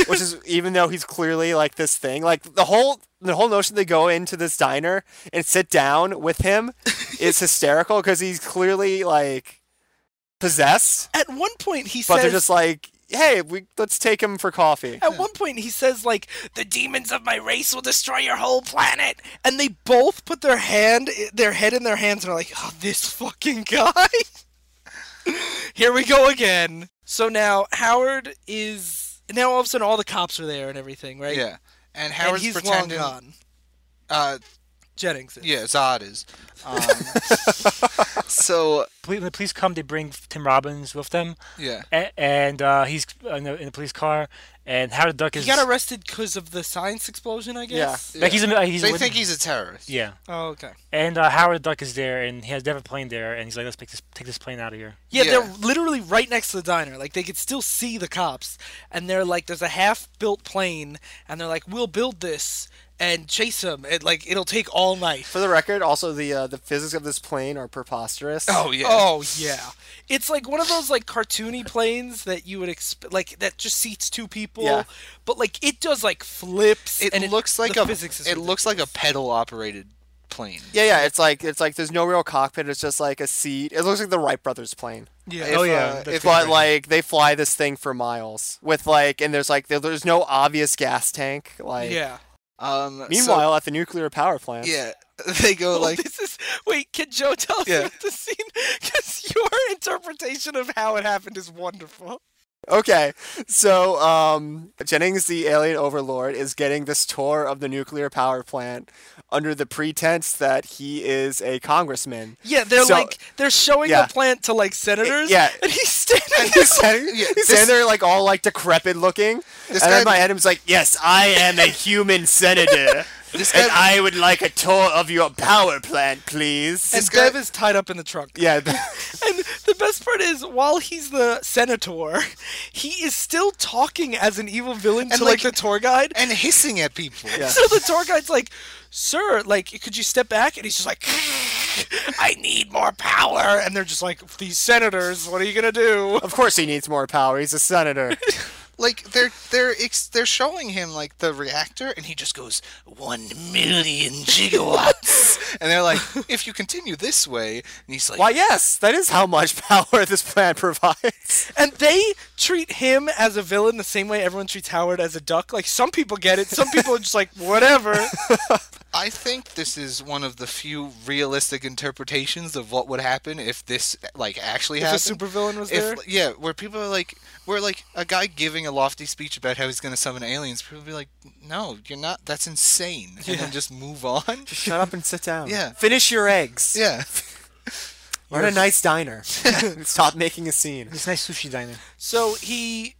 Speaker 1: which is even though he's clearly like this thing. Like the whole the whole notion they go into this diner and sit down with him is hysterical because he's clearly like possessed,
Speaker 3: At one point he
Speaker 1: but
Speaker 3: says.
Speaker 1: they're just like, hey, we let's take him for coffee.
Speaker 2: Oh.
Speaker 3: at one point, he says, like, the demons of my race will destroy your whole planet. And they both put their hand, their head in their hands and are like, oh, this fucking guy. Here we go again. So now Howard is. Now all of a sudden, all the cops are there and everything, right?
Speaker 2: Yeah. And
Speaker 3: And
Speaker 2: Howard's
Speaker 3: he's long
Speaker 2: pretending.
Speaker 3: gone.
Speaker 2: Uh,
Speaker 3: Jennings. Is.
Speaker 2: yeah, Zod is. Um, so
Speaker 4: Please, when the police come, they bring Tim Robbins with them,
Speaker 2: yeah,
Speaker 4: a- and uh, he's in the, in the police car. And Howard the Duck
Speaker 3: He
Speaker 4: is
Speaker 3: got arrested because of the science explosion, I guess.
Speaker 4: like he's, a, he's a
Speaker 2: they
Speaker 4: wit-
Speaker 2: think he's a terrorist.
Speaker 4: yeah.
Speaker 3: Oh, okay.
Speaker 4: And uh, Howard the Duck is there, and he has they have a plane there, and he's like, "Let's take this take this plane out of here."
Speaker 3: Yeah,
Speaker 2: Yeah.
Speaker 3: they're literally right next to the diner. Like they could still see the cops, and they're like, "There's a half-built plane," and they're like, "We'll build this." and chase him. It like it'll take all night.
Speaker 1: For the record, also the uh, the physics of this plane are preposterous.
Speaker 2: Oh yeah.
Speaker 3: Oh yeah, it's like one of those like cartoony planes that you would expect, like that just seats two people.
Speaker 1: Yeah.
Speaker 3: But like it does like flips.
Speaker 2: It
Speaker 3: and
Speaker 2: looks like
Speaker 3: the
Speaker 2: a
Speaker 3: physics. Is
Speaker 2: it looks like a pedal operated plane.
Speaker 1: Yeah, yeah. It's like it's like there's no real cockpit. It's just like a seat. It looks like the Wright brothers plane.
Speaker 3: ridiculous.
Speaker 2: If,
Speaker 3: yeah.
Speaker 4: Oh, yeah,
Speaker 2: uh,
Speaker 4: that's
Speaker 2: if
Speaker 4: right.
Speaker 1: But like they fly this thing for miles with like, and there's like there, there's no obvious gas tank. Like
Speaker 3: yeah.
Speaker 2: um. so-
Speaker 1: Meanwhile, at the nuclear power plant.
Speaker 2: yeah, they go
Speaker 3: Well,
Speaker 2: like
Speaker 3: Oh, this is wait. Can Joe tell us
Speaker 2: Yeah.
Speaker 3: about the scene? Because your interpretation of how it happened is wonderful.
Speaker 1: Okay, so um, Jennings, the alien overlord, is getting this tour of the nuclear power plant under the pretense that he is a congressman.
Speaker 3: Yeah, they're
Speaker 1: So-
Speaker 3: like they're showing
Speaker 1: yeah.
Speaker 3: the plant to like senators.
Speaker 1: yeah.
Speaker 3: and he's standing.
Speaker 1: And he's standing,
Speaker 2: Yeah,
Speaker 1: he's
Speaker 2: this-
Speaker 1: standing there like all like decrepit looking.
Speaker 2: This
Speaker 1: and
Speaker 2: guy-
Speaker 1: in my head, I'm just like, "Yes, I am a human senator,
Speaker 2: This
Speaker 1: and
Speaker 2: guy-
Speaker 1: I would like a tour of your power plant, please."
Speaker 3: and
Speaker 2: this guy-
Speaker 3: Bev is tied up in the trunk.
Speaker 1: yeah, th-
Speaker 3: And the best part is, while he's the senator, he is still talking as an evil villain
Speaker 2: And,
Speaker 3: to like,
Speaker 2: like-
Speaker 3: the tour guide.
Speaker 2: and hissing at people.
Speaker 1: Yeah.
Speaker 3: So the tour guide's like, "Sir, like, could you step back?" And he's just like, "I need more power." And they're just like, "These senators, what are you gonna do?"
Speaker 1: of course he needs more power. He's a senator.
Speaker 2: Like they're they're ex- they're showing him like the reactor, and he just goes one million gigawatts, and they're like, if you continue this way, and he's like,
Speaker 1: Why, yes, that is how much power this plant provides.
Speaker 3: And they treat him as a villain the same way everyone treats Howard as a duck. Like some people get it, some people are just like, "Whatever."
Speaker 2: I think this is one of the few realistic interpretations of what would happen if this like actually
Speaker 3: if a
Speaker 2: happened.
Speaker 3: supervillain was
Speaker 2: If-
Speaker 3: there,
Speaker 2: yeah, where people are like, where like a guy giving a lofty speech about how he's gonna summon aliens, people be like, no, you're not. That's insane, and then just move on.
Speaker 1: Shut up and sit down.
Speaker 2: Yeah.
Speaker 1: Finish your eggs.
Speaker 2: Yeah,
Speaker 1: We're at a nice diner. Stop making a scene.
Speaker 4: It's nice sushi diner.
Speaker 3: So he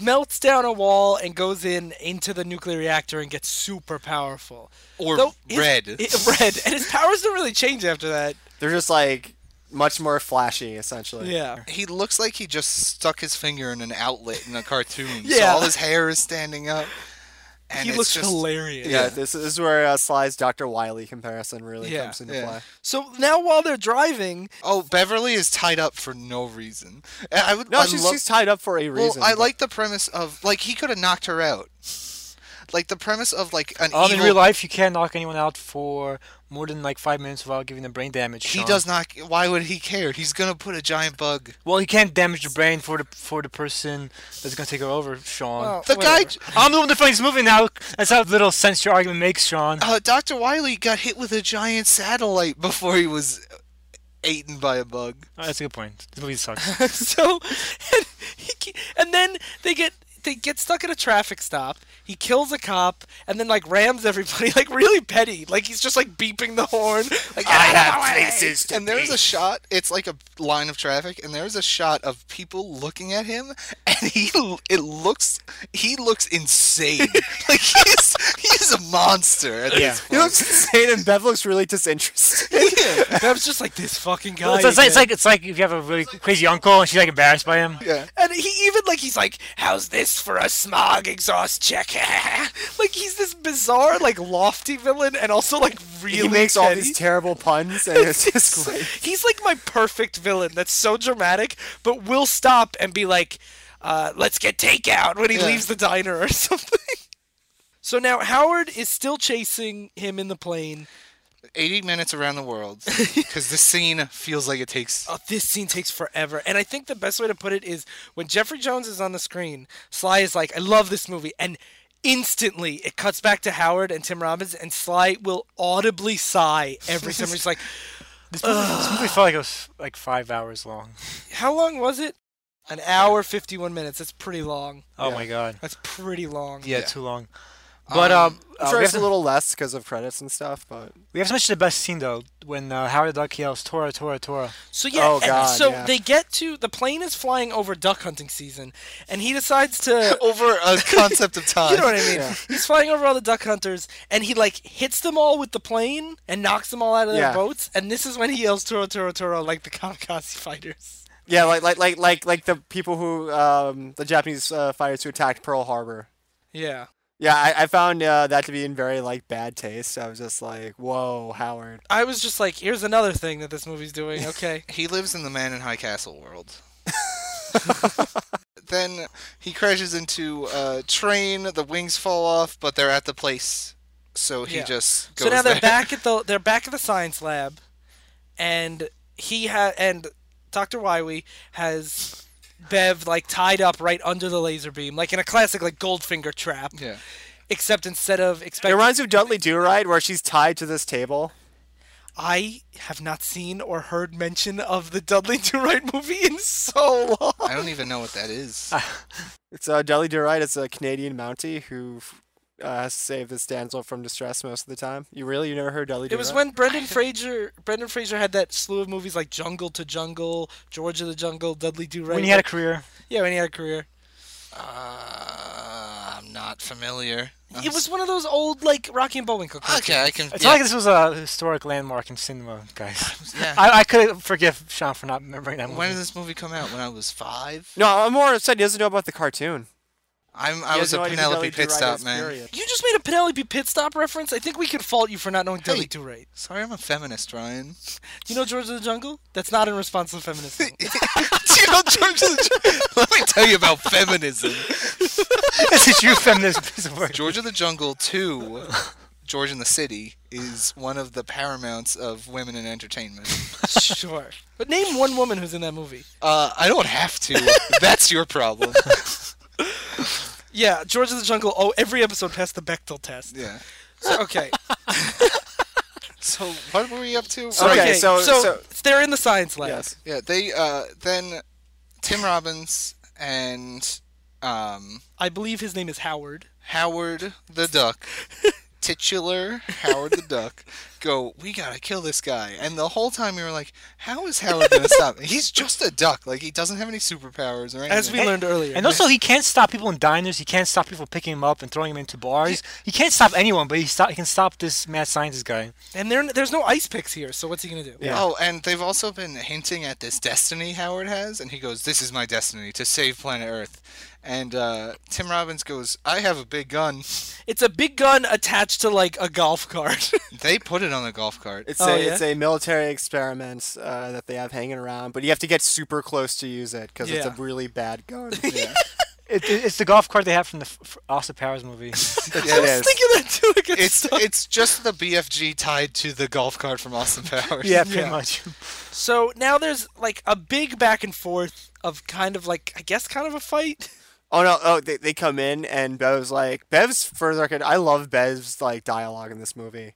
Speaker 3: melts down a wall and goes in into the nuclear reactor and gets super powerful.
Speaker 2: or
Speaker 3: Though his-
Speaker 2: red.
Speaker 3: i- red, and his powers don't really change after that.
Speaker 1: They're just like much more flashy, essentially.
Speaker 3: Yeah.
Speaker 2: he looks like he just stuck his finger in an outlet in a cartoon.
Speaker 3: Yeah.
Speaker 2: so all his hair is standing up. And
Speaker 3: he
Speaker 2: it's
Speaker 3: looks
Speaker 2: just,
Speaker 3: hilarious.
Speaker 1: Yeah, this, this is where uh, Sly's Dr. Wiley comparison really
Speaker 3: Yeah.
Speaker 1: comes into
Speaker 2: Yeah.
Speaker 1: play.
Speaker 3: So now while they're driving,
Speaker 2: Oh, Beverly is tied up for no reason. And I would.
Speaker 1: No,
Speaker 2: I
Speaker 1: she's,
Speaker 2: lo-
Speaker 1: she's tied up for a
Speaker 2: Well,
Speaker 1: reason.
Speaker 2: I
Speaker 1: but-
Speaker 2: like the premise of like he could have knocked her out. Like the premise of like an
Speaker 4: Um, in
Speaker 2: evil.
Speaker 4: real life, you can't knock anyone out for more than like five minutes without giving them brain damage.
Speaker 2: he
Speaker 4: Sean.
Speaker 2: does not. Why would he care? He's gonna put a giant bug.
Speaker 4: Well, you can't damage the brain for the for the person that's gonna take her over, Sean.
Speaker 3: Well-
Speaker 2: The guy,
Speaker 3: Whatever.
Speaker 4: I'm the one that finds moving now. That's how little sense your argument makes, Sean.
Speaker 2: uh, Doctor Wiley, got hit with a giant satellite before he was eaten by a bug.
Speaker 4: Oh, that's a good point. This movie sucks.
Speaker 3: so and, he, ke- and then they get they get stuck at a traffic stop. He kills a cop and then like rams everybody like really petty. Like he's just like beeping the horn. Like
Speaker 1: I
Speaker 3: "Get out of
Speaker 1: have
Speaker 3: my way!"
Speaker 1: places to
Speaker 2: And there's
Speaker 1: be.
Speaker 2: a shot. It's like a line of traffic, and there's a shot of people looking at him, and he it looks he looks insane. like he's he's a monster. At
Speaker 1: Yeah.
Speaker 2: this
Speaker 1: He
Speaker 2: point.
Speaker 1: looks insane and Bev looks really disinterested.
Speaker 3: Bev's just like this fucking
Speaker 2: Ah,
Speaker 3: guy.
Speaker 4: it's, it's like,
Speaker 3: again."
Speaker 4: it's like it's like if you have a really crazy uncle and she's like embarrassed by him.
Speaker 2: yeah.
Speaker 3: And he even like he's like, "How's this for a smog exhaust check?" like he's this bizarre, like lofty villain, and also like
Speaker 1: he
Speaker 3: really.
Speaker 1: makes all
Speaker 3: petty.
Speaker 1: these terrible puns, and it's just great.
Speaker 3: He's like my perfect villain. That's so dramatic, but will stop and be like, uh, "Let's get takeout" when he
Speaker 2: Yeah.
Speaker 3: leaves the diner or something. So now Howard is still chasing him in the plane.
Speaker 2: 80 minutes around the world because this scene feels like it takes
Speaker 3: Oh, this scene takes forever. And I think the best way to put it is when Jeffrey Jones is on the screen, Sly is like, I love this movie. And instantly it cuts back to Howard and Tim Robbins, and Sly will audibly sigh every time. He's like,
Speaker 4: This movie, this movie felt like it was like five hours long.
Speaker 3: How long was it? An hour, 51 minutes. That's pretty long.
Speaker 4: Oh my god.
Speaker 3: That's pretty long.
Speaker 4: Yeah,
Speaker 2: Yeah.
Speaker 4: too long. But
Speaker 2: Um,
Speaker 4: um,
Speaker 1: I'm
Speaker 4: uh, we,
Speaker 1: sure
Speaker 4: have
Speaker 1: it's a
Speaker 4: to,
Speaker 1: little less because of credits and stuff, but
Speaker 4: we have to mention the best scene though when uh, Howard the Duck yells "Tora, Tora, Tora."
Speaker 3: So yeah,
Speaker 1: Oh,
Speaker 3: and
Speaker 1: God,
Speaker 3: so
Speaker 1: yeah.
Speaker 3: they get to the plane is flying over duck hunting season, and he decides to
Speaker 1: Oh,
Speaker 2: over a concept of time.
Speaker 3: You know what I mean? He's flying over all the duck hunters, and he like hits them all with the plane and knocks them all out of their
Speaker 1: Yeah.
Speaker 3: boats. And this is when he yells "Toro, Toro, Toro!" like the kamikaze fighters.
Speaker 1: yeah, like like like like like the people who um, the Japanese uh, fighters who attacked Pearl Harbor.
Speaker 3: Yeah,
Speaker 1: Yeah, I, I found uh, that to be in very like bad taste. I was just like, "Whoa, Howard."
Speaker 3: I was just like, here's another thing that this movie's doing. Okay.
Speaker 2: He lives in the Man in High Castle world. then he crashes into a train. The wings fall off, but they're at the place, so he
Speaker 3: Yeah.
Speaker 2: just goes
Speaker 3: so now they're
Speaker 2: there.
Speaker 3: back at the they're back at the science lab, and he ha and Doctor Wiley has Bev like tied up right under the laser beam, like in a classic like Goldfinger trap.
Speaker 2: Yeah.
Speaker 3: Except instead of
Speaker 1: It
Speaker 3: expecting,
Speaker 1: reminds me of Dudley Do Right, where she's tied to this table.
Speaker 3: I have not seen or heard mention of the Dudley Do Right movie in so long.
Speaker 2: I don't even know what that is.
Speaker 1: It's uh, Dudley Do Right. It's a Canadian Mountie who uh, has to save this damsel from distress most of the time. You really, you never heard Dudley Do
Speaker 3: It was when Brendan Fraser Brendan Fraser had that slew of movies like Jungle to Jungle, George of the Jungle, Dudley Do Right.
Speaker 4: When he had a career,
Speaker 3: yeah, when he had a career.
Speaker 2: Uh, I'm not familiar.
Speaker 3: It was one of those old like Rocky and Bullwinkle. cartoons.
Speaker 2: okay. I can.
Speaker 4: it's
Speaker 2: Yeah,
Speaker 4: not like this was a historic landmark in cinema, guys.
Speaker 2: yeah.
Speaker 4: I, I could forgive Sean for not remembering that movie.
Speaker 2: When did this movie come out? When I was five.
Speaker 1: No, I'm more upset. He doesn't know about the cartoon.
Speaker 2: I'm. I
Speaker 1: He
Speaker 2: was
Speaker 1: has
Speaker 2: a
Speaker 1: no idea who
Speaker 2: Penelope
Speaker 1: Dudley Do
Speaker 2: pit
Speaker 1: Right
Speaker 2: stop
Speaker 1: is,
Speaker 2: man.
Speaker 1: period.
Speaker 3: You just made a Penelope Pit Stop reference. I think we could fault you for not knowing Dudley
Speaker 2: Hey.
Speaker 3: Do Right.
Speaker 2: Sorry, I'm a feminist, Ryan.
Speaker 3: Do you know George of the Jungle? That's not in response to feminism.
Speaker 2: you know, George of the Jungle. Let me tell you about feminism.
Speaker 4: this is true feminist piece of work.
Speaker 2: George of the Jungle 2, George in the City, is one of the paramounts of women in entertainment.
Speaker 3: sure. But name one woman who's in that movie.
Speaker 2: Uh, I don't have to. That's your problem.
Speaker 3: Yeah, George of the Jungle. Oh, every episode passed the Bechtel test.
Speaker 2: Yeah.
Speaker 3: So, okay.
Speaker 2: So what were we up to? Oh,
Speaker 1: Okay,
Speaker 3: okay.
Speaker 1: so-
Speaker 3: So,
Speaker 1: so-
Speaker 3: they're in the science lab.
Speaker 1: Yes.
Speaker 2: Yeah, they uh, then Tim Robbins and um,
Speaker 3: I believe his name is Howard.
Speaker 2: Howard the Duck, titular Howard the Duck, go, we gotta kill this guy. And the whole time we were like, how is Howard gonna stop? He's just a duck. Like, he doesn't have any superpowers or anything.
Speaker 3: As we learned earlier.
Speaker 4: And also, he can't stop people in diners. He can't stop people picking him up and throwing him into bars. He can't stop anyone, but he, stop, he can stop this mad scientist guy.
Speaker 3: And there, there's no ice picks here, so what's he gonna do?
Speaker 1: Yeah.
Speaker 2: Oh, and they've also been hinting at this destiny Howard has, and he goes, "This is my destiny to save planet Earth." And uh, Tim Robbins goes, "I have a big gun."
Speaker 3: It's a big gun attached to like a golf cart.
Speaker 2: they put it on the golf cart.
Speaker 1: It's
Speaker 3: Oh,
Speaker 1: a
Speaker 3: yeah?
Speaker 1: it's a military experiment uh, that they have hanging around, but you have to get super close to use it because it's
Speaker 3: Yeah.
Speaker 1: a really bad gun.
Speaker 2: yeah.
Speaker 4: It, it- it's the golf cart they have from the F- F- Austin Powers movie.
Speaker 1: Yeah,
Speaker 3: I
Speaker 1: it
Speaker 3: was
Speaker 1: is.
Speaker 3: thinking that too. Like it's
Speaker 2: It's it's just the BFG tied to the golf cart from Austin Powers.
Speaker 4: yeah, pretty
Speaker 3: Yeah.
Speaker 4: much.
Speaker 3: So now there's like a big back and forth of kind of like I guess kind of a fight.
Speaker 1: Oh no! Oh, they, they come in and Bev's like Bev's further. I love Bev's like dialogue in this movie.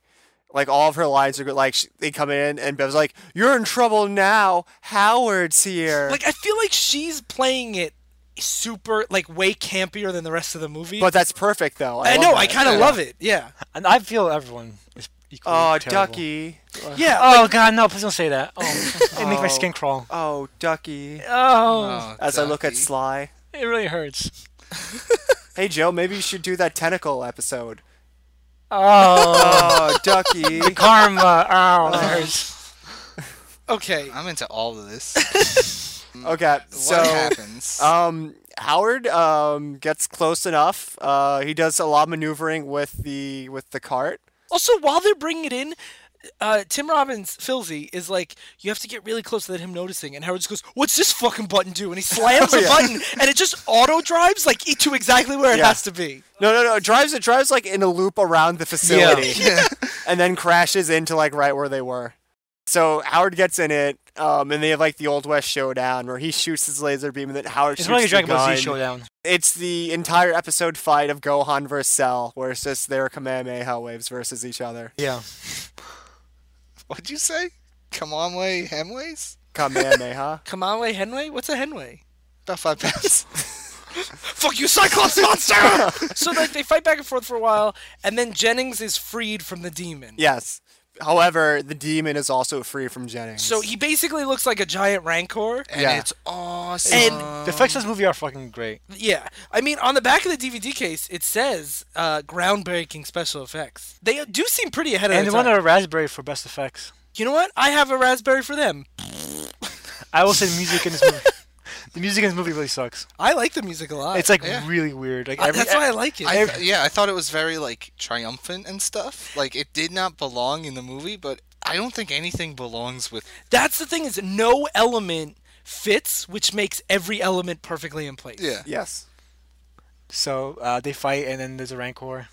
Speaker 1: Like all of her lines are good. Like sh they come in and Bev's like, "You're in trouble now. Howard's here."
Speaker 3: Like I feel like she's playing it super like way campier than the rest of the movie.
Speaker 1: but that's perfect though. I,
Speaker 3: I
Speaker 1: love
Speaker 3: know I
Speaker 1: that.
Speaker 3: kind of
Speaker 1: Yeah.
Speaker 3: love it. Yeah.
Speaker 4: And I feel everyone is equally
Speaker 1: Oh,
Speaker 4: terrible.
Speaker 1: Ducky.
Speaker 3: Yeah.
Speaker 4: Oh, God, no, please don't say that. Oh, it makes my skin crawl.
Speaker 1: Oh, Ducky.
Speaker 3: Uh,
Speaker 4: Oh,
Speaker 2: Oh,
Speaker 1: As I look at
Speaker 2: ducky.
Speaker 1: Sly.
Speaker 4: it really hurts.
Speaker 1: Hey Joe, maybe you should do that tentacle episode.
Speaker 4: Oh,
Speaker 1: Oh, Ducky.
Speaker 4: Mm. karma. Oh, it hurts.
Speaker 3: okay.
Speaker 2: I'm into all of this.
Speaker 1: Okay,
Speaker 2: what
Speaker 1: so
Speaker 2: happens?
Speaker 1: Um, Howard um, gets close enough. Uh, he does a lot of maneuvering with the with the cart.
Speaker 3: Also, while they're bringing it in, uh, Tim Robbins, Filzy, is like, you have to get really close without him noticing. And Howard just goes, What's this fucking button do? And he slams the
Speaker 1: Oh, yeah.
Speaker 3: button, and it just auto drives, like, e- to exactly where it
Speaker 1: Yeah.
Speaker 3: has to be.
Speaker 1: No, no, no. It drives it drives like in a loop around the facility, and then crashes into like right where they were. So Howard gets in it, um, and they have like the old west showdown where he shoots his laser beam, and then Howard
Speaker 4: It's
Speaker 1: shoots
Speaker 4: really a
Speaker 1: the
Speaker 4: Dragon Ball
Speaker 1: gun.
Speaker 4: Z showdown.
Speaker 1: It's the entire episode fight of Gohan versus Cell, where it's just their Kamehameha waves versus each other.
Speaker 4: Yeah.
Speaker 2: What'd you say? Come on, way Hemways?
Speaker 1: Kamehameha.
Speaker 3: Kamawe Henway? What's a Henway?
Speaker 2: About five pounds.
Speaker 3: Fuck you, Cyclops monster! so like they fight back and forth for a while, and then Jennings is freed from the demon.
Speaker 1: yes. However, the demon is also free from Jennings.
Speaker 3: So he basically looks like a giant rancor.
Speaker 2: And
Speaker 1: Yeah.
Speaker 2: it's awesome.
Speaker 3: And-
Speaker 4: The effects of this movie are fucking great.
Speaker 3: Yeah, I mean, on the back of the DVD case, it says uh, groundbreaking special effects. They do seem pretty ahead of
Speaker 4: And
Speaker 3: their
Speaker 4: they won
Speaker 3: time.
Speaker 4: a Raspberry for best effects.
Speaker 3: You know what? I have a raspberry for them.
Speaker 4: I will say the music in this movie. The music in this movie really sucks.
Speaker 3: I like the music a lot.
Speaker 4: It's like
Speaker 2: yeah.
Speaker 4: really weird. Like
Speaker 3: I-
Speaker 4: every,
Speaker 3: that's why I like it.
Speaker 2: I th- yeah, I thought it was very like triumphant and stuff. Like it did not belong in the movie, but I don't think anything belongs with.
Speaker 3: that's the thing is no element fits, which makes every element perfectly in place.
Speaker 2: Yeah.
Speaker 1: Yes.
Speaker 4: so uh, they fight, and then there's a rancor.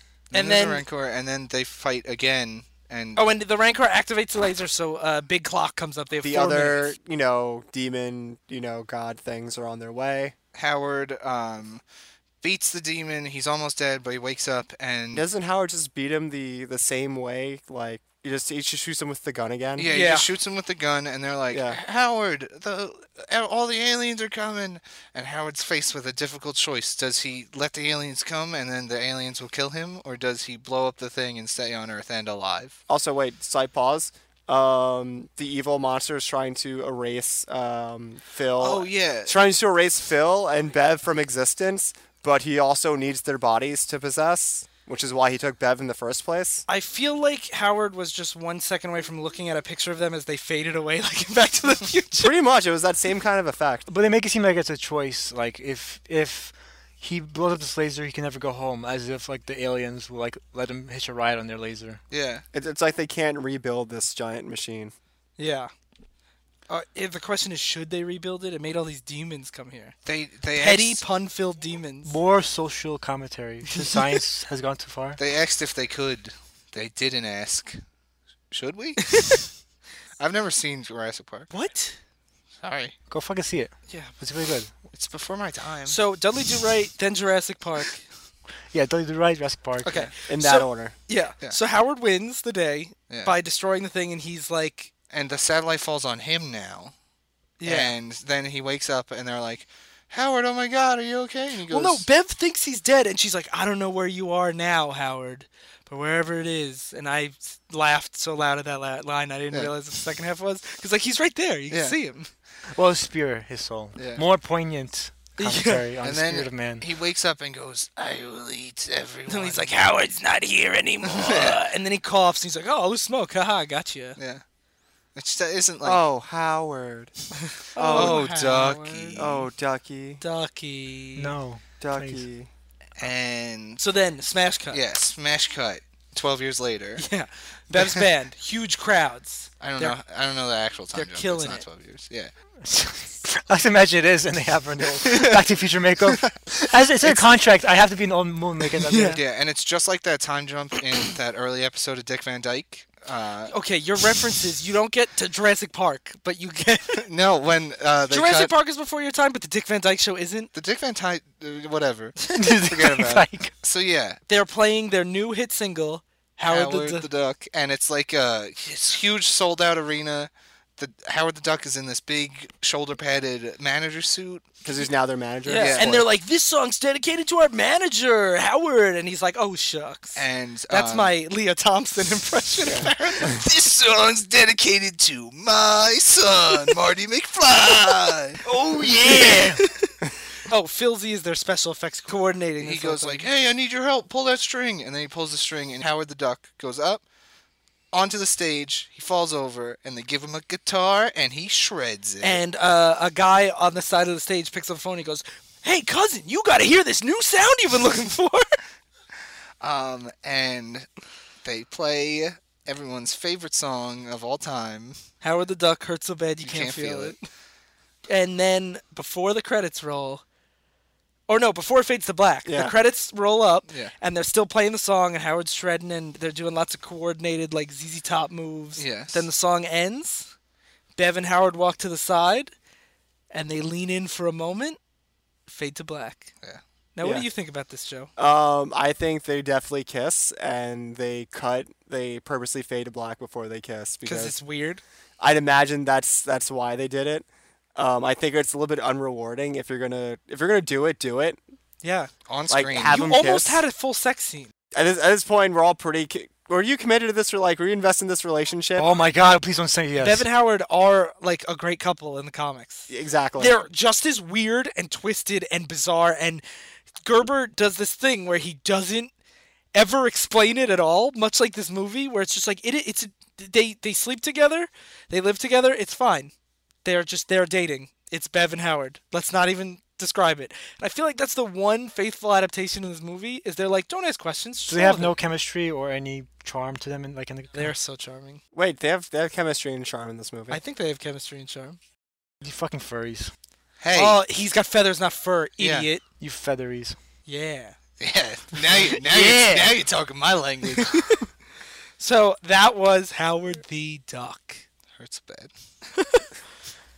Speaker 2: there's
Speaker 3: And
Speaker 2: a
Speaker 3: then-
Speaker 2: Rancor, and then they fight again, and
Speaker 3: Oh, and the Rancor activates the laser, so a uh, big clock comes up. They have
Speaker 1: The
Speaker 3: four
Speaker 1: other,
Speaker 3: minutes.
Speaker 1: you know, demon, you know, god things are on their way.
Speaker 2: Howard um, beats the demon. He's almost dead, but he wakes up
Speaker 3: Mm.
Speaker 2: and
Speaker 1: Doesn't Howard just beat him the the same way? Like he just he just shoots him with the gun again.
Speaker 2: yeah, he
Speaker 3: Yeah.
Speaker 2: just shoots him with the gun. And they're like,
Speaker 1: Yeah.
Speaker 2: Howard, the uh, all the aliens are coming. And Howard's faced with a difficult choice: does he let the aliens come, and then the aliens will kill him, or does he blow up the thing and stay on Earth and alive?
Speaker 1: Also, wait, side pause. Um, the evil monster is trying to erase um, Phil.
Speaker 2: Oh yeah,
Speaker 1: Trying to erase Phil and Bev from existence, but he also needs their bodies to possess, which is why he took Bev in the first place.
Speaker 3: I feel like Howard was just one second away from looking at a picture of them as they faded away, like in Back to the Future.
Speaker 1: Pretty much, it was that same kind of effect.
Speaker 4: But they make it seem like it's a choice. Like if if he blows up this laser, he can never go home. As if like the aliens will like let him hitch a ride on their laser.
Speaker 2: yeah.
Speaker 1: It, it's like they can't rebuild this giant machine.
Speaker 3: Yeah. Uh, if the question is, should they rebuild it? It made all these demons come here.
Speaker 2: They they
Speaker 3: Petty,
Speaker 2: asked,
Speaker 3: pun-filled demons.
Speaker 4: More social commentary. Since science has gone too far.
Speaker 2: they asked if they could. They didn't ask. Should we? I've never seen Jurassic Park.
Speaker 3: What?
Speaker 2: Sorry,
Speaker 4: Go fucking see it.
Speaker 3: Yeah.
Speaker 4: It's really good.
Speaker 2: it's before my time.
Speaker 3: So Dudley Do Right, then Jurassic Park.
Speaker 4: Yeah, Don't Do Right, Jurassic Park.
Speaker 3: Okay.
Speaker 1: In that
Speaker 3: So-
Speaker 1: order.
Speaker 3: Yeah.
Speaker 2: Yeah.
Speaker 3: So Howard wins the day
Speaker 2: Yeah.
Speaker 3: by destroying the thing, and he's like,
Speaker 2: and the satellite falls on him now.
Speaker 3: yeah.
Speaker 2: And then he wakes up and they're like, Howard, oh my God, are you okay? And he
Speaker 3: Well,
Speaker 2: goes,
Speaker 3: no, Bev thinks he's dead, and she's like, I don't know where you are now, Howard, but wherever it is. And I s- laughed so loud at that la- line, I didn't
Speaker 2: Yeah.
Speaker 3: realize what the second half was. Because, like, he's right there. You can
Speaker 2: Yeah.
Speaker 3: see him.
Speaker 4: Well, Spear, his soul.
Speaker 2: Yeah.
Speaker 4: More poignant
Speaker 3: Yeah.
Speaker 4: commentary on
Speaker 2: And
Speaker 4: the
Speaker 2: then
Speaker 4: spirit of man.
Speaker 2: He wakes up and goes, I will eat everyone.
Speaker 3: And he's like, Howard's not here anymore. and then he coughs, and he's like, oh, loose smoke. Haha, gotcha.
Speaker 2: Yeah. It just isn't like,
Speaker 1: oh, Howard.
Speaker 2: oh,
Speaker 3: Howard.
Speaker 2: ducky.
Speaker 1: Oh, Ducky.
Speaker 3: Ducky.
Speaker 4: No.
Speaker 1: Ducky.
Speaker 3: Oh.
Speaker 2: And
Speaker 3: So then, smash cut.
Speaker 2: yeah, smash cut. 12 years later.
Speaker 3: Yeah. Bev's band, huge crowds.
Speaker 2: I don't
Speaker 3: They're-
Speaker 2: know. I don't know the actual time.
Speaker 3: they're
Speaker 2: jump, but It's
Speaker 3: killing
Speaker 2: not
Speaker 3: it.
Speaker 2: 12 years. Yeah.
Speaker 4: I just imagine it is, and they have renewal. Back to Future makeup. As it's in a contract, I have to be an old moon making that
Speaker 2: yeah. And it's just like that time jump in that early episode of Dick Van Dyke. Uh,
Speaker 3: Okay, your references, you don't get to Jurassic Park, but you get.
Speaker 2: no, when uh, they cut-
Speaker 3: Jurassic Park is before your time, but the Dick Van Dyke show isn't.
Speaker 2: The Dick Van Dyke, uh, whatever. Forget
Speaker 4: It's
Speaker 2: about
Speaker 4: like,
Speaker 2: So yeah,
Speaker 3: They're playing their new hit single, Howard,
Speaker 2: Howard
Speaker 3: the,
Speaker 2: the, Duck, and it's like a it's huge sold out arena. The Howard the Duck is in this big shoulder padded manager suit.
Speaker 1: Because he's now their manager.
Speaker 3: yeah. And they're like, this song's dedicated to our manager, Howard. And he's like, oh, shucks.
Speaker 2: And
Speaker 3: That's
Speaker 2: um,
Speaker 3: my Leah Thompson impression.
Speaker 2: This song's dedicated to my son, Marty McFly. oh yeah.
Speaker 3: oh, Philzy is their special effects coordinating.
Speaker 2: he
Speaker 3: this whole
Speaker 2: goes
Speaker 3: thing.
Speaker 2: like, "Hey, I need your help. Pull that string." And then he pulls the string, and Howard the Duck goes up onto the stage. He falls over, and they give him a guitar, and he shreds it.
Speaker 3: And uh, a guy on the side of the stage picks up the phone and he goes, hey, cousin, you got to hear this new sound you've been looking for.
Speaker 2: Um, and they play everyone's favorite song of all time.
Speaker 3: Howard the Duck hurts so bad you, can't, feel, it. And then before the credits roll, or no, before it fades to black,
Speaker 1: Yeah.
Speaker 3: the credits roll up,
Speaker 2: Yeah.
Speaker 3: and they're still playing the song, and Howard's shredding, and they're doing lots of coordinated like ZZ Top moves.
Speaker 2: Yes.
Speaker 3: Then the song ends. Bev and Howard walk to the side, and they lean in for a moment. Fade to black.
Speaker 2: Yeah.
Speaker 3: Now, what
Speaker 1: Yeah.
Speaker 3: do you think about this, Joe?
Speaker 1: Um, I think they definitely kiss, and they cut. They purposely fade to black before they kiss
Speaker 3: Because
Speaker 1: because
Speaker 3: it's weird.
Speaker 1: I'd imagine that's that's why they did it. Um, I think it's a little bit unrewarding if you're gonna if you're gonna do it, do it.
Speaker 3: Yeah.
Speaker 2: On
Speaker 1: Like,
Speaker 2: screen.
Speaker 1: have
Speaker 3: You
Speaker 1: them
Speaker 3: almost
Speaker 1: kiss.
Speaker 3: had a full sex scene.
Speaker 1: At this, at this point, we're all pretty. Ki- were you committed to this? Or like, were you invested in this relationship?
Speaker 4: oh my god, please don't say yes.
Speaker 3: Bev and Howard are like a great couple in the comics.
Speaker 1: exactly.
Speaker 3: they're just as weird and twisted and bizarre and gerber does this thing where he doesn't ever explain it at all much like this movie where it's just like it it's they they sleep together they live together it's fine they're just they're dating It's Bev and Howard. Let's not even describe it. And I feel like that's the one faithful adaptation in this movie is they're like, don't ask questions. just
Speaker 4: Do they
Speaker 3: roll
Speaker 4: have
Speaker 3: with
Speaker 4: no
Speaker 3: it."
Speaker 4: chemistry or any charm to them? In, like in the
Speaker 3: They are so charming.
Speaker 1: Wait, they have they have chemistry and charm in this movie.
Speaker 3: I think they have chemistry and charm.
Speaker 4: you fucking furries,
Speaker 2: Hey,
Speaker 3: Oh, he's got feathers, not fur,
Speaker 2: Yeah.
Speaker 3: idiot.
Speaker 4: you featheries.
Speaker 3: Yeah.
Speaker 2: yeah. Now you now
Speaker 3: Yeah.
Speaker 2: you now you're talking my language.
Speaker 3: So that was Howard the Duck.
Speaker 2: Hurts bad.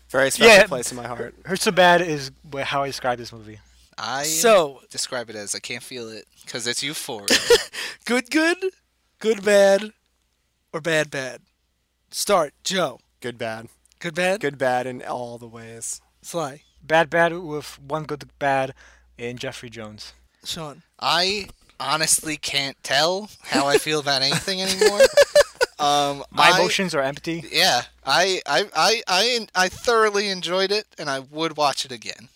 Speaker 1: Very special
Speaker 4: Yeah.
Speaker 1: place in my heart.
Speaker 4: Hurt so bad is wh- how I describe this movie.
Speaker 2: I
Speaker 3: So
Speaker 2: describe it as I can't feel it because it's euphoric.
Speaker 3: good, good, good, bad, or bad, bad. Start, Joe.
Speaker 1: Good, bad,
Speaker 3: Good, bad.
Speaker 1: good, bad in all the ways.
Speaker 3: Sly.
Speaker 4: Bad bad with one good bad in Jeffrey Jones.
Speaker 3: Sean.
Speaker 2: I honestly can't tell how I feel about anything anymore. Um,
Speaker 4: My
Speaker 2: I-
Speaker 4: emotions are empty.
Speaker 2: Yeah, I, I, I, I, I thoroughly enjoyed it, and I would watch it again.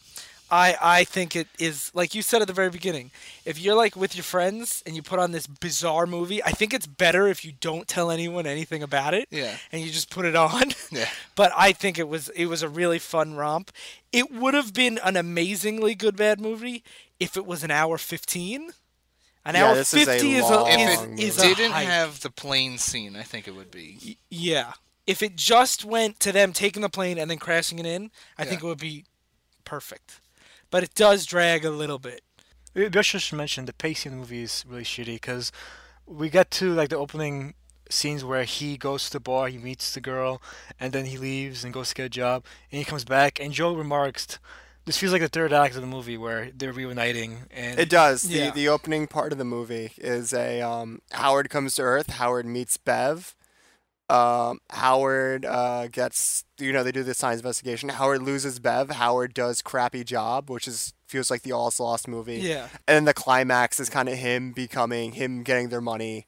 Speaker 3: I, I think it is like you said at the very beginning. If you're like with your friends and you put on this bizarre movie, I think it's better if you don't tell anyone anything about it.
Speaker 2: Yeah.
Speaker 3: And you just put it on.
Speaker 2: Yeah.
Speaker 3: but I think it was it was a really fun romp. It would have been an amazingly good bad movie if it was an hour fifteen. An
Speaker 1: Yeah,
Speaker 3: hour
Speaker 1: this is a
Speaker 3: fifty is
Speaker 1: long
Speaker 2: If
Speaker 3: is,
Speaker 2: it
Speaker 3: is, a
Speaker 2: didn't
Speaker 3: hike.
Speaker 2: have the plane scene, I think it would be.
Speaker 3: Y- Yeah. If it just went to them taking the plane and then crashing it in, I think it would be perfect. But it does drag a little bit.
Speaker 4: We we also should mention the pacing of the movie is really shitty because we get to like the opening scenes where he goes to the bar, he meets the girl, and then he leaves and goes to get a job, and he comes back. And Joe remarks, "This feels like the third act of the movie where they're reuniting." And
Speaker 1: It does. The
Speaker 3: Yeah.
Speaker 1: the opening part of the movie is a um, Howard comes to Earth. Howard meets Bev. Um, Howard uh, gets you know they do the science investigation. Howard loses Bev. Howard does crappy job, which is feels like the all's lost movie.
Speaker 3: Yeah.
Speaker 1: And then the climax is kind of him becoming him getting their money,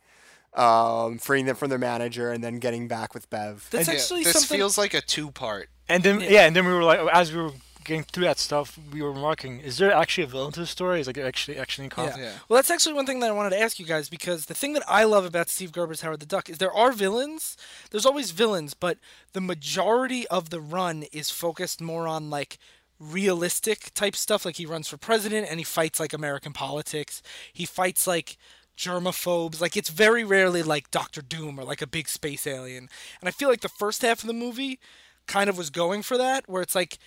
Speaker 1: um, freeing them from their manager, and then getting back with Bev.
Speaker 3: That's
Speaker 2: Yeah,
Speaker 3: actually
Speaker 2: this
Speaker 3: something.
Speaker 2: feels like a two-part.
Speaker 4: And then
Speaker 3: Yeah.
Speaker 4: yeah. and then we were like, oh, as we were getting through that stuff, we were remarking, is there actually a villain to the story? Is like there actually actually in
Speaker 3: yeah.
Speaker 4: conflict?
Speaker 2: Yeah.
Speaker 3: Well, that's actually one thing that I wanted to ask you guys because the thing that I love about Steve Gerber's Howard the Duck is there are villains. There's always villains, but the majority of the run is focused more on like realistic type stuff. Like he runs for president and he fights like American politics. He fights like germaphobes. Like it's very rarely like Doctor Doom or like a big space alien. And I feel like the first half of the movie kind of was going for that, where it's like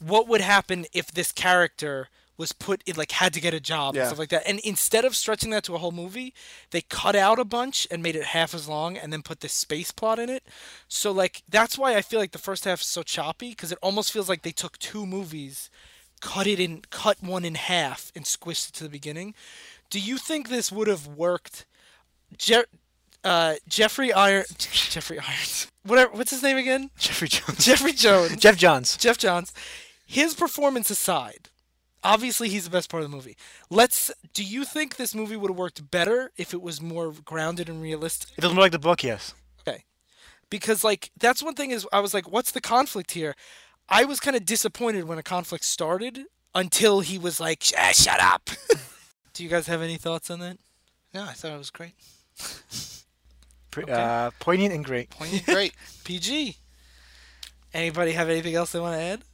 Speaker 3: what would happen if this character was put it like had to get a job and
Speaker 1: Yeah.
Speaker 3: stuff like that and instead of stretching that to a whole movie they cut out a bunch and made it half as long and then put this space plot in it so like that's why i feel like the first half is so choppy because it almost feels like they took two movies cut it in cut one in half and squished it to the beginning do you think this would have worked Je- uh, jeffrey irons jeffrey irons whatever what's his name again
Speaker 4: Jeffrey Jones,
Speaker 3: jeffrey jones
Speaker 4: Jeff Johns.
Speaker 3: Jeff Johns, his performance aside, obviously he's the best part of the movie. Let's. Do you think this movie would have worked better if it was more grounded and realistic?
Speaker 4: It doesn't look like the book, yes.
Speaker 3: Okay, because like that's one thing is I was like, what's the conflict here? I was kind of disappointed when a conflict started until he was like, "Sh- ah, shut up. do you guys have any thoughts on that?
Speaker 2: No, I thought it was great.
Speaker 4: Pre- uh, poignant and great.
Speaker 2: Poignant, great.
Speaker 3: PG. Anybody have anything else they want to add?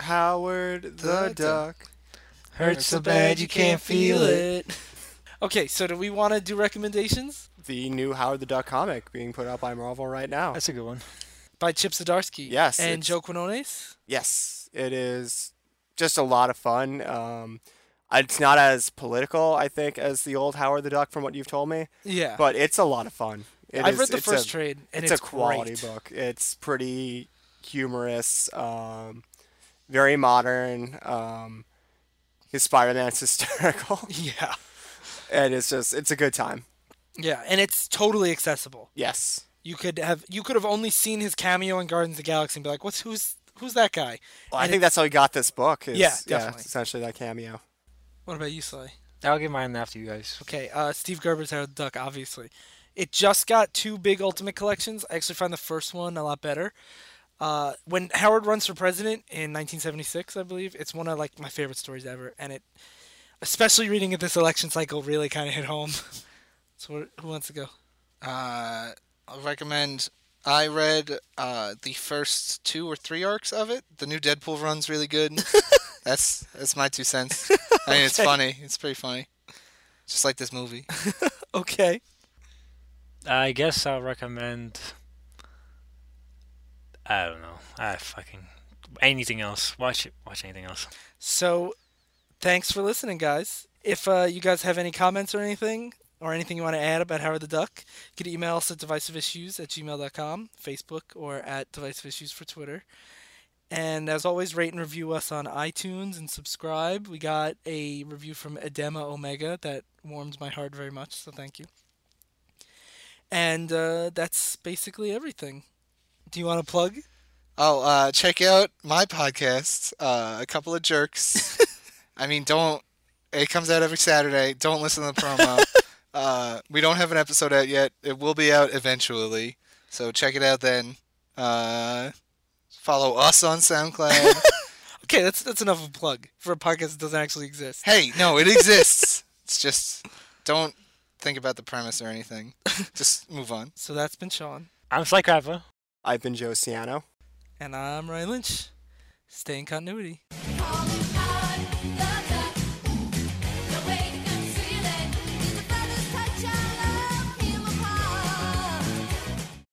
Speaker 1: Howard
Speaker 2: the
Speaker 1: the
Speaker 2: Duck.
Speaker 1: Duck.
Speaker 4: Hurts
Speaker 3: so bad you can't feel it. Okay, so do we want to do recommendations?
Speaker 1: the new Howard the Duck comic being put out by Marvel right now.
Speaker 4: That's a good one.
Speaker 3: by Chip Zdarsky.
Speaker 1: Yes,
Speaker 3: And
Speaker 1: it's-
Speaker 3: Joe Quinones.
Speaker 1: Yes, it is just a lot of fun. Um, it's not as political, I think, as the old Howard the Duck from what you've told me,
Speaker 3: Yeah.
Speaker 1: but it's a lot of fun. It
Speaker 3: I've
Speaker 1: is-
Speaker 3: read the
Speaker 1: it's
Speaker 3: first
Speaker 1: a,
Speaker 3: trade, and
Speaker 1: it's,
Speaker 3: it's
Speaker 1: a quality
Speaker 3: great.
Speaker 1: book. It's pretty humorous, um, very modern. Um, his Spider-Man's hysterical,
Speaker 3: Yeah.
Speaker 1: and it's just it's a good time.
Speaker 3: Yeah, and it's totally accessible.
Speaker 1: Yes,
Speaker 3: You could have you could have only seen his cameo in Guardians of the Galaxy and be like, "What's who's who's that guy?"
Speaker 1: well, I
Speaker 3: And
Speaker 1: think
Speaker 3: it-
Speaker 1: that's how he got this book. Is,
Speaker 3: Yeah, definitely.
Speaker 1: essentially that cameo.
Speaker 3: What about you, Sly?
Speaker 4: I'll give mine after you guys.
Speaker 3: Okay, uh, Steve Gerber's Howard the Duck, obviously. It just got two big Ultimate collections. I actually found the first one a lot better. Uh, when Howard runs for president in 1976, I believe it's one of like my favorite stories ever, and it, especially reading it this election cycle, really kind of hit home. so, wh- who wants to go?
Speaker 2: Uh, I'll recommend I read uh, the first two or three arcs of it. The new Deadpool run's really good. that's that's my two cents. I mean, it's funny. It's pretty funny. Just like this movie.
Speaker 1: Okay.
Speaker 4: I guess I'll recommend. I don't know. I fucking anything else. Watch it. Watch anything else.
Speaker 3: So, thanks for listening, guys. If uh, you guys have any comments or anything, or anything you want to add about Howard the Duck, you can email us at divisiveissues at gmail.com, Facebook, or at divisiveissues for Twitter. And as always, rate and review us on iTunes and subscribe. We got a review from Edema Omega that warmed my heart very much, so thank you. And uh, that's basically everything. Do you want to plug?
Speaker 2: Oh, uh, check out my podcast, uh, A Couple of Jerks. I mean, don't. It comes out every Saturday. Don't listen to the promo. uh, we don't have an episode out yet. It will be out eventually. So check it out then. Uh, follow us on SoundCloud.
Speaker 3: Okay, that's that's enough of a plug for a podcast that doesn't actually exist.
Speaker 2: hey, no, it exists. It's just. Don't think about the premise or anything. Just move on.
Speaker 3: So that's been Sean.
Speaker 4: I'm Psychopather.
Speaker 1: I've been Joe Ciano.
Speaker 3: And I'm Ryan Lynch. Stay in continuity.